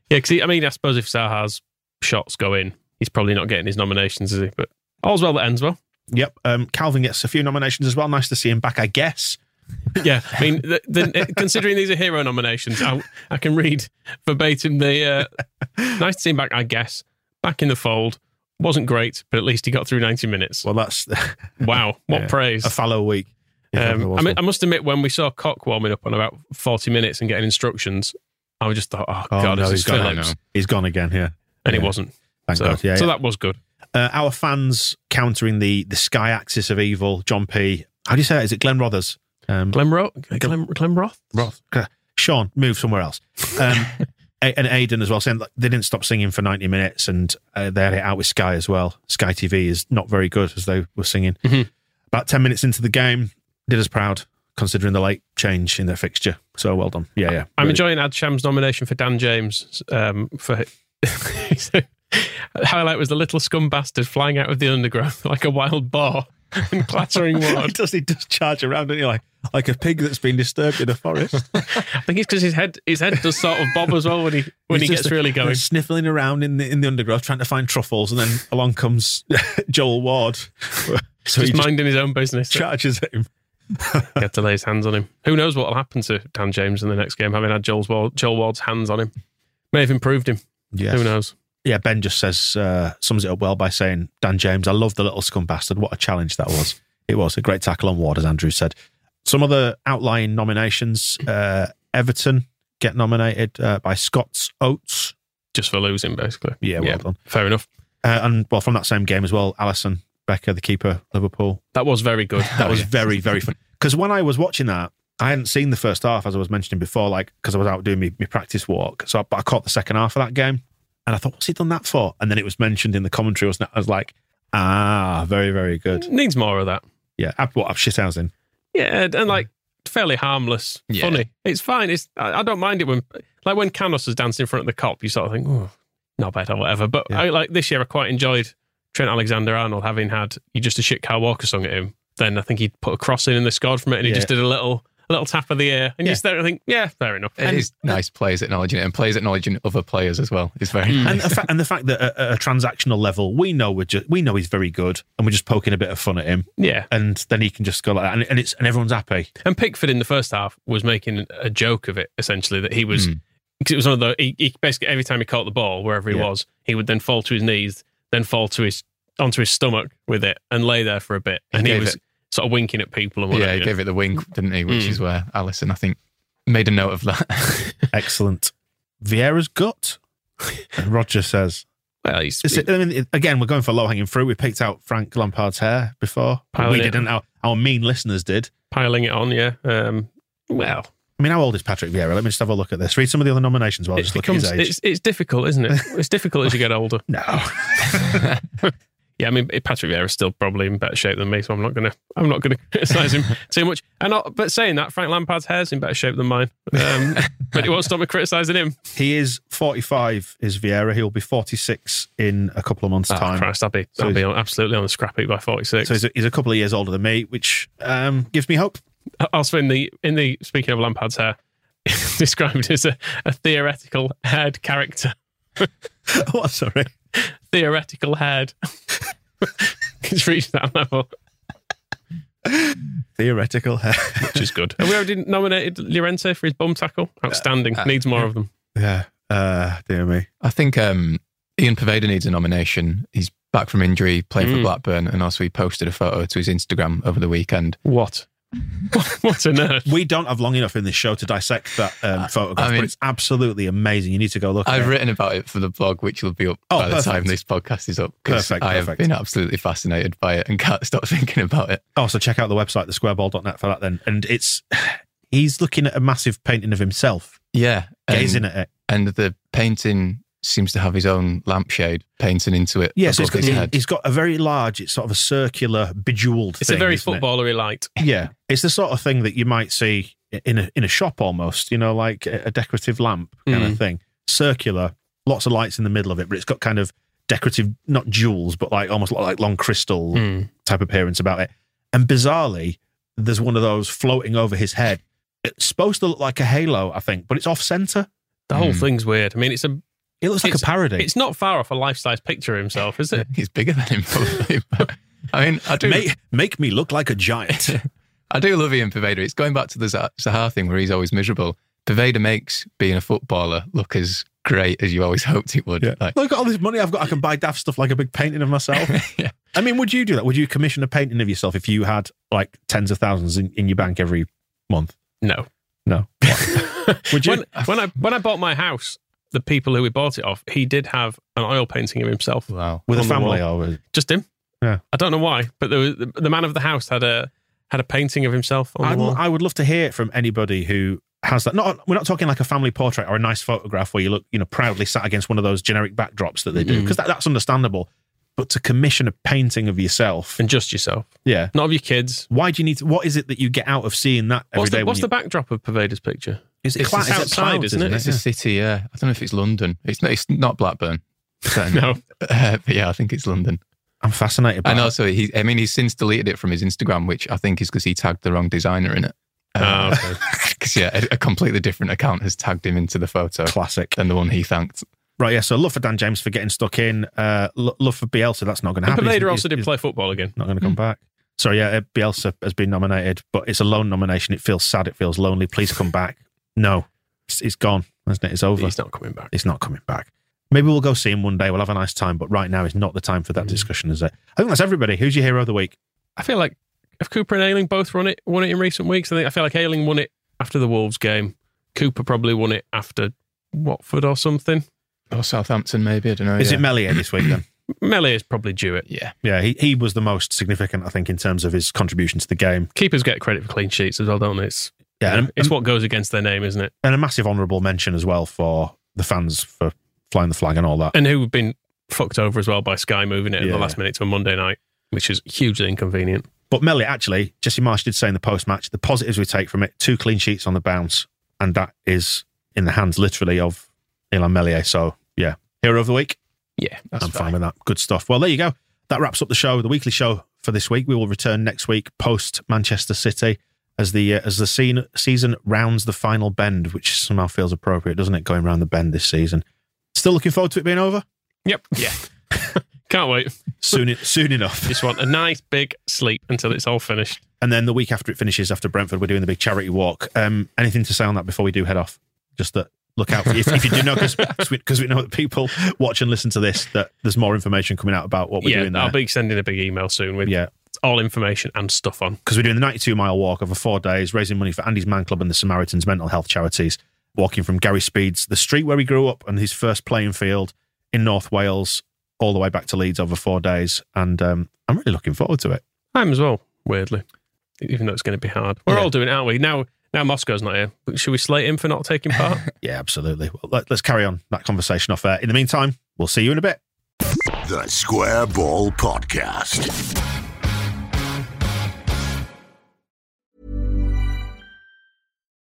because I mean, I suppose if Saha's shots go in, he's probably not getting his nominations, is he? But all's well that ends well.
Yep. Um, Calvin gets a few nominations as well. Nice to see him back, I guess.
Yeah, I mean, the, the, considering these are hero nominations, I, I can read verbatim the uh, nice to see him back, I guess. Back in the fold. Wasn't great, but at least he got through 90 minutes.
Well, that's (laughs)
Wow, what
Yeah.
praise.
a fallow week.
Um, I, mean, I must admit, when we saw Cock warming up on about 40 minutes and getting instructions, I was just thought, oh,
Oh,
God,
no,
this
he's
is
gone
Phillips.
now.
he's gone again here.
And
Yeah.
it wasn't.
Thank
so
God. Yeah.
so
yeah.
that was good.
uh, our fans countering the the sky axis of evil. John P. How do you say that? Is it Glenn Rothers? Um,
Glen, Ro- Glen, Glen Roth?
Roth. Sean, move somewhere else.
(laughs)
Um, A- and Aidan as well, saying that they didn't stop singing for 90 minutes and uh, they had it out with Sky as well. Sky TV is not very good as they were singing.
Mhm.
About 10 minutes into the game, did us proud considering the late change in their fixture. So well done. Yeah, yeah.
I'm
Really-
enjoying Ad Sham's nomination for (laughs) Dan James um, for Highlight was the little scum bastard flying out of the undergrowth (laughs) like a wild boar
(laughs)
and clattering
he
(laughs) ward.
does. He does charge around, and you like like a pig that's been disturbed in a forest.
I think it's because his head his head does sort of bob as well when he (laughs) when
He's
he
just
gets really going.
sniffling around in the in the undergrowth, trying to find truffles, and then along comes (laughs) Joel Ward. (laughs) So he
just
just
minding his own business.
charges at him.
He had to lay his hands on him. Who knows what will happen to Dan James in the next game, having had Joel's Ward, Joel Ward's hands on him. May have improved him.
Yes.
Who knows?
Yeah, Ben just says uh, sums it up well by saying, "Dan James, I love the little scum bastard. What a challenge that was! It was a great tackle on Ward, as Andrew said." Some other outlying nominations: uh, Everton get nominated uh, by Scott's Oates.
Just for losing, basically.
Yeah, well done.
Fair enough.
Uh, and well, from that same game as well, Allison Becker, the keeper, Liverpool.
That was very good.
(laughs) That was very, very fun. Because when I was watching that, I hadn't seen the first half, as I was mentioning before, like because I was out doing my, my practice walk. So, I, but I caught the second half of that game, and I thought, "What's he done that for?" And then it was mentioned in the commentary, wasn't it? I was like, "Ah, very, very good."
Needs more of that.
Yeah, ab- what shithousing.
Yeah, and like fairly harmless,
Yeah.
funny. It's fine. It's I, I don't mind it when like when Canos was dancing in front of the cop, you sort of think, oh, not bad or whatever. But
Yeah.
I, like this year, I quite enjoyed Trent Alexander Arnold having had you just a shit Kyle Walker sung at him. Then I think he put a cross in and they scored from it, and he
Yeah.
just did a little a little tap of the air, and
Yeah.
you just there (laughs) and think, yeah, fair enough.
It is nice players acknowledging it and players acknowledging other players as well. It's
Mm.
very
And
nice.
the, fa- and the fact that at, at a transactional level, we know we're just we know he's very good, and we're just poking a bit of fun at him,
Yeah,
and then he can just go like that, and, and it's and everyone's happy.
and Pickford in the first half was making a joke of it essentially that he was
Mm.
because it was one of the he, he basically every time he caught the ball wherever he
Yeah.
was he would then fall to his knees then fall to his onto his stomach with it and lay there for a bit
He
and he,
gave
was
it-
sort of winking at people and
yeah,
whatever
he gave it the wink, didn't he? Which
Mm.
is where Alison, I think, made a note of that. (laughs)
Excellent. Vieira's gut. And Roger says,
well he's
It's- I mean, it- again, we're going for low hanging fruit. We picked out Frank Lampard's hair before.
Piling
we
it.
didn't. Our, our mean listeners did.
piling it on yeah um well
I mean, how old is Patrick Vieira? Let me just have a look at this. Read some of the other nominations while I
it
just look at
becomes
his age.
it's, it's difficult isn't it it's difficult as you get older
No.
yeah I mean Patrick Vieira's still probably in better shape than me so I'm not gonna I'm not gonna (laughs) criticize him too much and not, but saying that Frank Lampard's hair's in better shape than mine um, but it won't stop me criticizing him
(laughs) He is 45, is Vieira. He'll be 46 in a couple of months'
Oh,
time.
Christ, I'll be,
So
I'll
he's-
be on, absolutely on the scrap heap by 46.
So he's a, he's a couple of years older than me, which um, gives me hope. (laughs)
also, in the, in the speaking of Lampard's hair, (laughs) it's described as a, a theoretical haired character.
what? Sorry.
Theoretical haired. it's reached that level,
Theoretical hair. (laughs)
which is good. And we already nominated Llorente for his bum tackle. Outstanding.
Uh, uh,
Needs more of them.
yeah. Uh, dear me.
I think um, Ian Pervada needs a nomination. He's back from injury, playing
Mm.
for Blackburn, and also he posted a photo to his Instagram over the weekend.
What? (laughs) what a nerd.
We don't have long enough in this show to dissect that
Uh,
um, photograph,
mean-
but it's absolutely amazing. You need to go look at it.
I've written about it for the blog, which will be up
Oh,
by the
perfect.
time this podcast is up. 'cause
Perfect,
I have
perfect.
been absolutely fascinated by it and can't (laughs) stop thinking about it.
Oh, so check out the website, thesquareball.net for that then. And it's (sighs) he's looking at a massive painting of himself,
Yeah. and-
gazing at it.
and the painting seems to have his own lampshade painting into it.
Yeah, so he's
above
got,
his
he-
head.
he's got a very large, it's sort of a circular, bejeweled
It's
thing.
a very
isn't it?
footballery light.
Yeah. It's the sort of thing that you might see in a in a shop almost, you know, like a a decorative lamp kind
Mm.
of thing. Circular, lots of lights in the middle of it, but it's got kind of decorative not jewels, but like almost like long crystal
Mm.
type appearance about it. And bizarrely, there's one of those floating over his head. It's supposed to look like a halo, I think, but it's off center.
The whole
Hmm.
Mm.
thing's weird. I mean, it's a
It looks like a parody.
it's not far off a life size picture of himself, is it?
(laughs) he's bigger than him, probably. (laughs) but- I mean, I do.
make, make me look like a
(laughs)
giant.
I do love Ian Pervader. It's going back to the Zah- Zaha thing where he's always miserable. Pervader makes being a footballer look as great as you always hoped it would. Like,
Look at all this money I've got. I can buy daft stuff like a big painting of myself.
(laughs)
Yeah.
I mean, would you do that? Would you commission a painting of yourself if you had like tens of thousands in, in your bank every month?
No.
(laughs)
(laughs)
No. Would you?
When, when I when I bought my house, the people who we bought it off, he did have an oil painting of himself,
wow.
With a
on the
family?
wall.
Or with,
just him.
Yeah.
I don't know why, but there was, the, the man of the house had a had a painting of himself on
I'd,
the wall.
I would love to hear from anybody who has that. Not we're not talking like a family portrait or a nice photograph where you look, you know, proudly sat against one of those generic backdrops that they do
Mm.
because that, that's understandable. But to commission a painting of yourself,
and just yourself,
yeah.
not of your kids.
Why do you need? To, what is it that you get out of seeing that every
What's
day?
the, what's
when
the backdrop of Pervader's picture?
Is it
It's
Cla-
just
is it
outside,
Clouds,
isn't it?
It's a city. Yeah, I don't know if it's London. It's not. It's not Blackburn. Certainly.
No.
(laughs) Uh, but yeah, I think it's London.
I'm fascinated by
And
that.
also, he. I mean, he's since deleted it from his Instagram, which I think is because he tagged the wrong designer in it. Ah,
Oh, okay.
(laughs) Because yeah, a, a completely different account has tagged him into the photo
Classic.
than the one he thanked.
Right, yeah. So love for Dan James for getting stuck in. Uh, lo- love for Bielsa. That's not going to
And
happen. He's-
Pineda also
he's-
did play football again.
Not going to come back. So yeah, uh, Bielsa has been nominated, but it's a lone nomination. It feels sad. It feels lonely. Please come back. No, it's, it's gone, isn't it? It's over.
He's not coming back.
It's not coming back. Maybe we'll go see him one day. We'll have a nice time. But right now is not the time for that discussion, is it? I think that's everybody. Who's your hero of the week?
I feel like if Cooper and Ailing both won it, won it in recent weeks, I think I feel like Ailing won it after the Wolves game. Cooper probably won it after Watford or something.
Or Southampton, maybe. I don't know.
Is
Oh, yeah.
it Melier this week then?
Melee is probably due it.
yeah.
yeah, he, he was the most significant, I think, in terms of his contribution to the game.
Keepers get credit for clean sheets as well, don't they? It's,
Yeah, and,
it's what goes against their name, isn't it?
and a massive honourable mention as well for the fans for flying the flag and all that.
And who've been fucked over as well by Sky moving it at
Yeah.
the last minute to a Monday night, which is hugely inconvenient.
But Melly, actually, Jesse Marsh did say in the post match the positives we take from it two clean sheets on the bounce, and that is in the hands literally of Elon Mellier. So, yeah, hero of the week.
Yeah. That's
I'm fine with that. Good stuff. Well, there you go. That wraps up the show, the weekly show for this week. We will return next week post Manchester City as the uh, as the scene, season rounds the final bend, which somehow feels appropriate, doesn't it? Going round the bend this season. Still looking forward to it being over
Yep.
(laughs)
Yeah. Can't wait.
soon. soon enough.
Just want a nice big sleep until it's all finished.
And then the week after it finishes, after Brentford, we're doing the big charity walk. Um, anything to say on that before we do head off? Just that look out for if, if you do know, because we, 'cause we know that people watch and listen to this, that there's more information coming out about what we're
yeah,
doing there.
I'll be sending a big email soon with
yeah,
all information and stuff on.
because we're doing the 92 mile walk over four days, raising money for Andy's Man Club and the Samaritans Mental Health Charities. Walking from Gary Speed's, the street where he grew up and his first playing field in North Wales, all the way back to Leeds over four days. And um, I'm really looking forward to it.
I'm as well, weirdly, e-, even though it's going to be hard. We're all doing it, aren't we? Now, now Moscow's not here. Should we slate him for not taking part?
Yeah, absolutely. Well, let, let's carry on that conversation off air. In the meantime, we'll see you in a bit.
The Square Ball Podcast.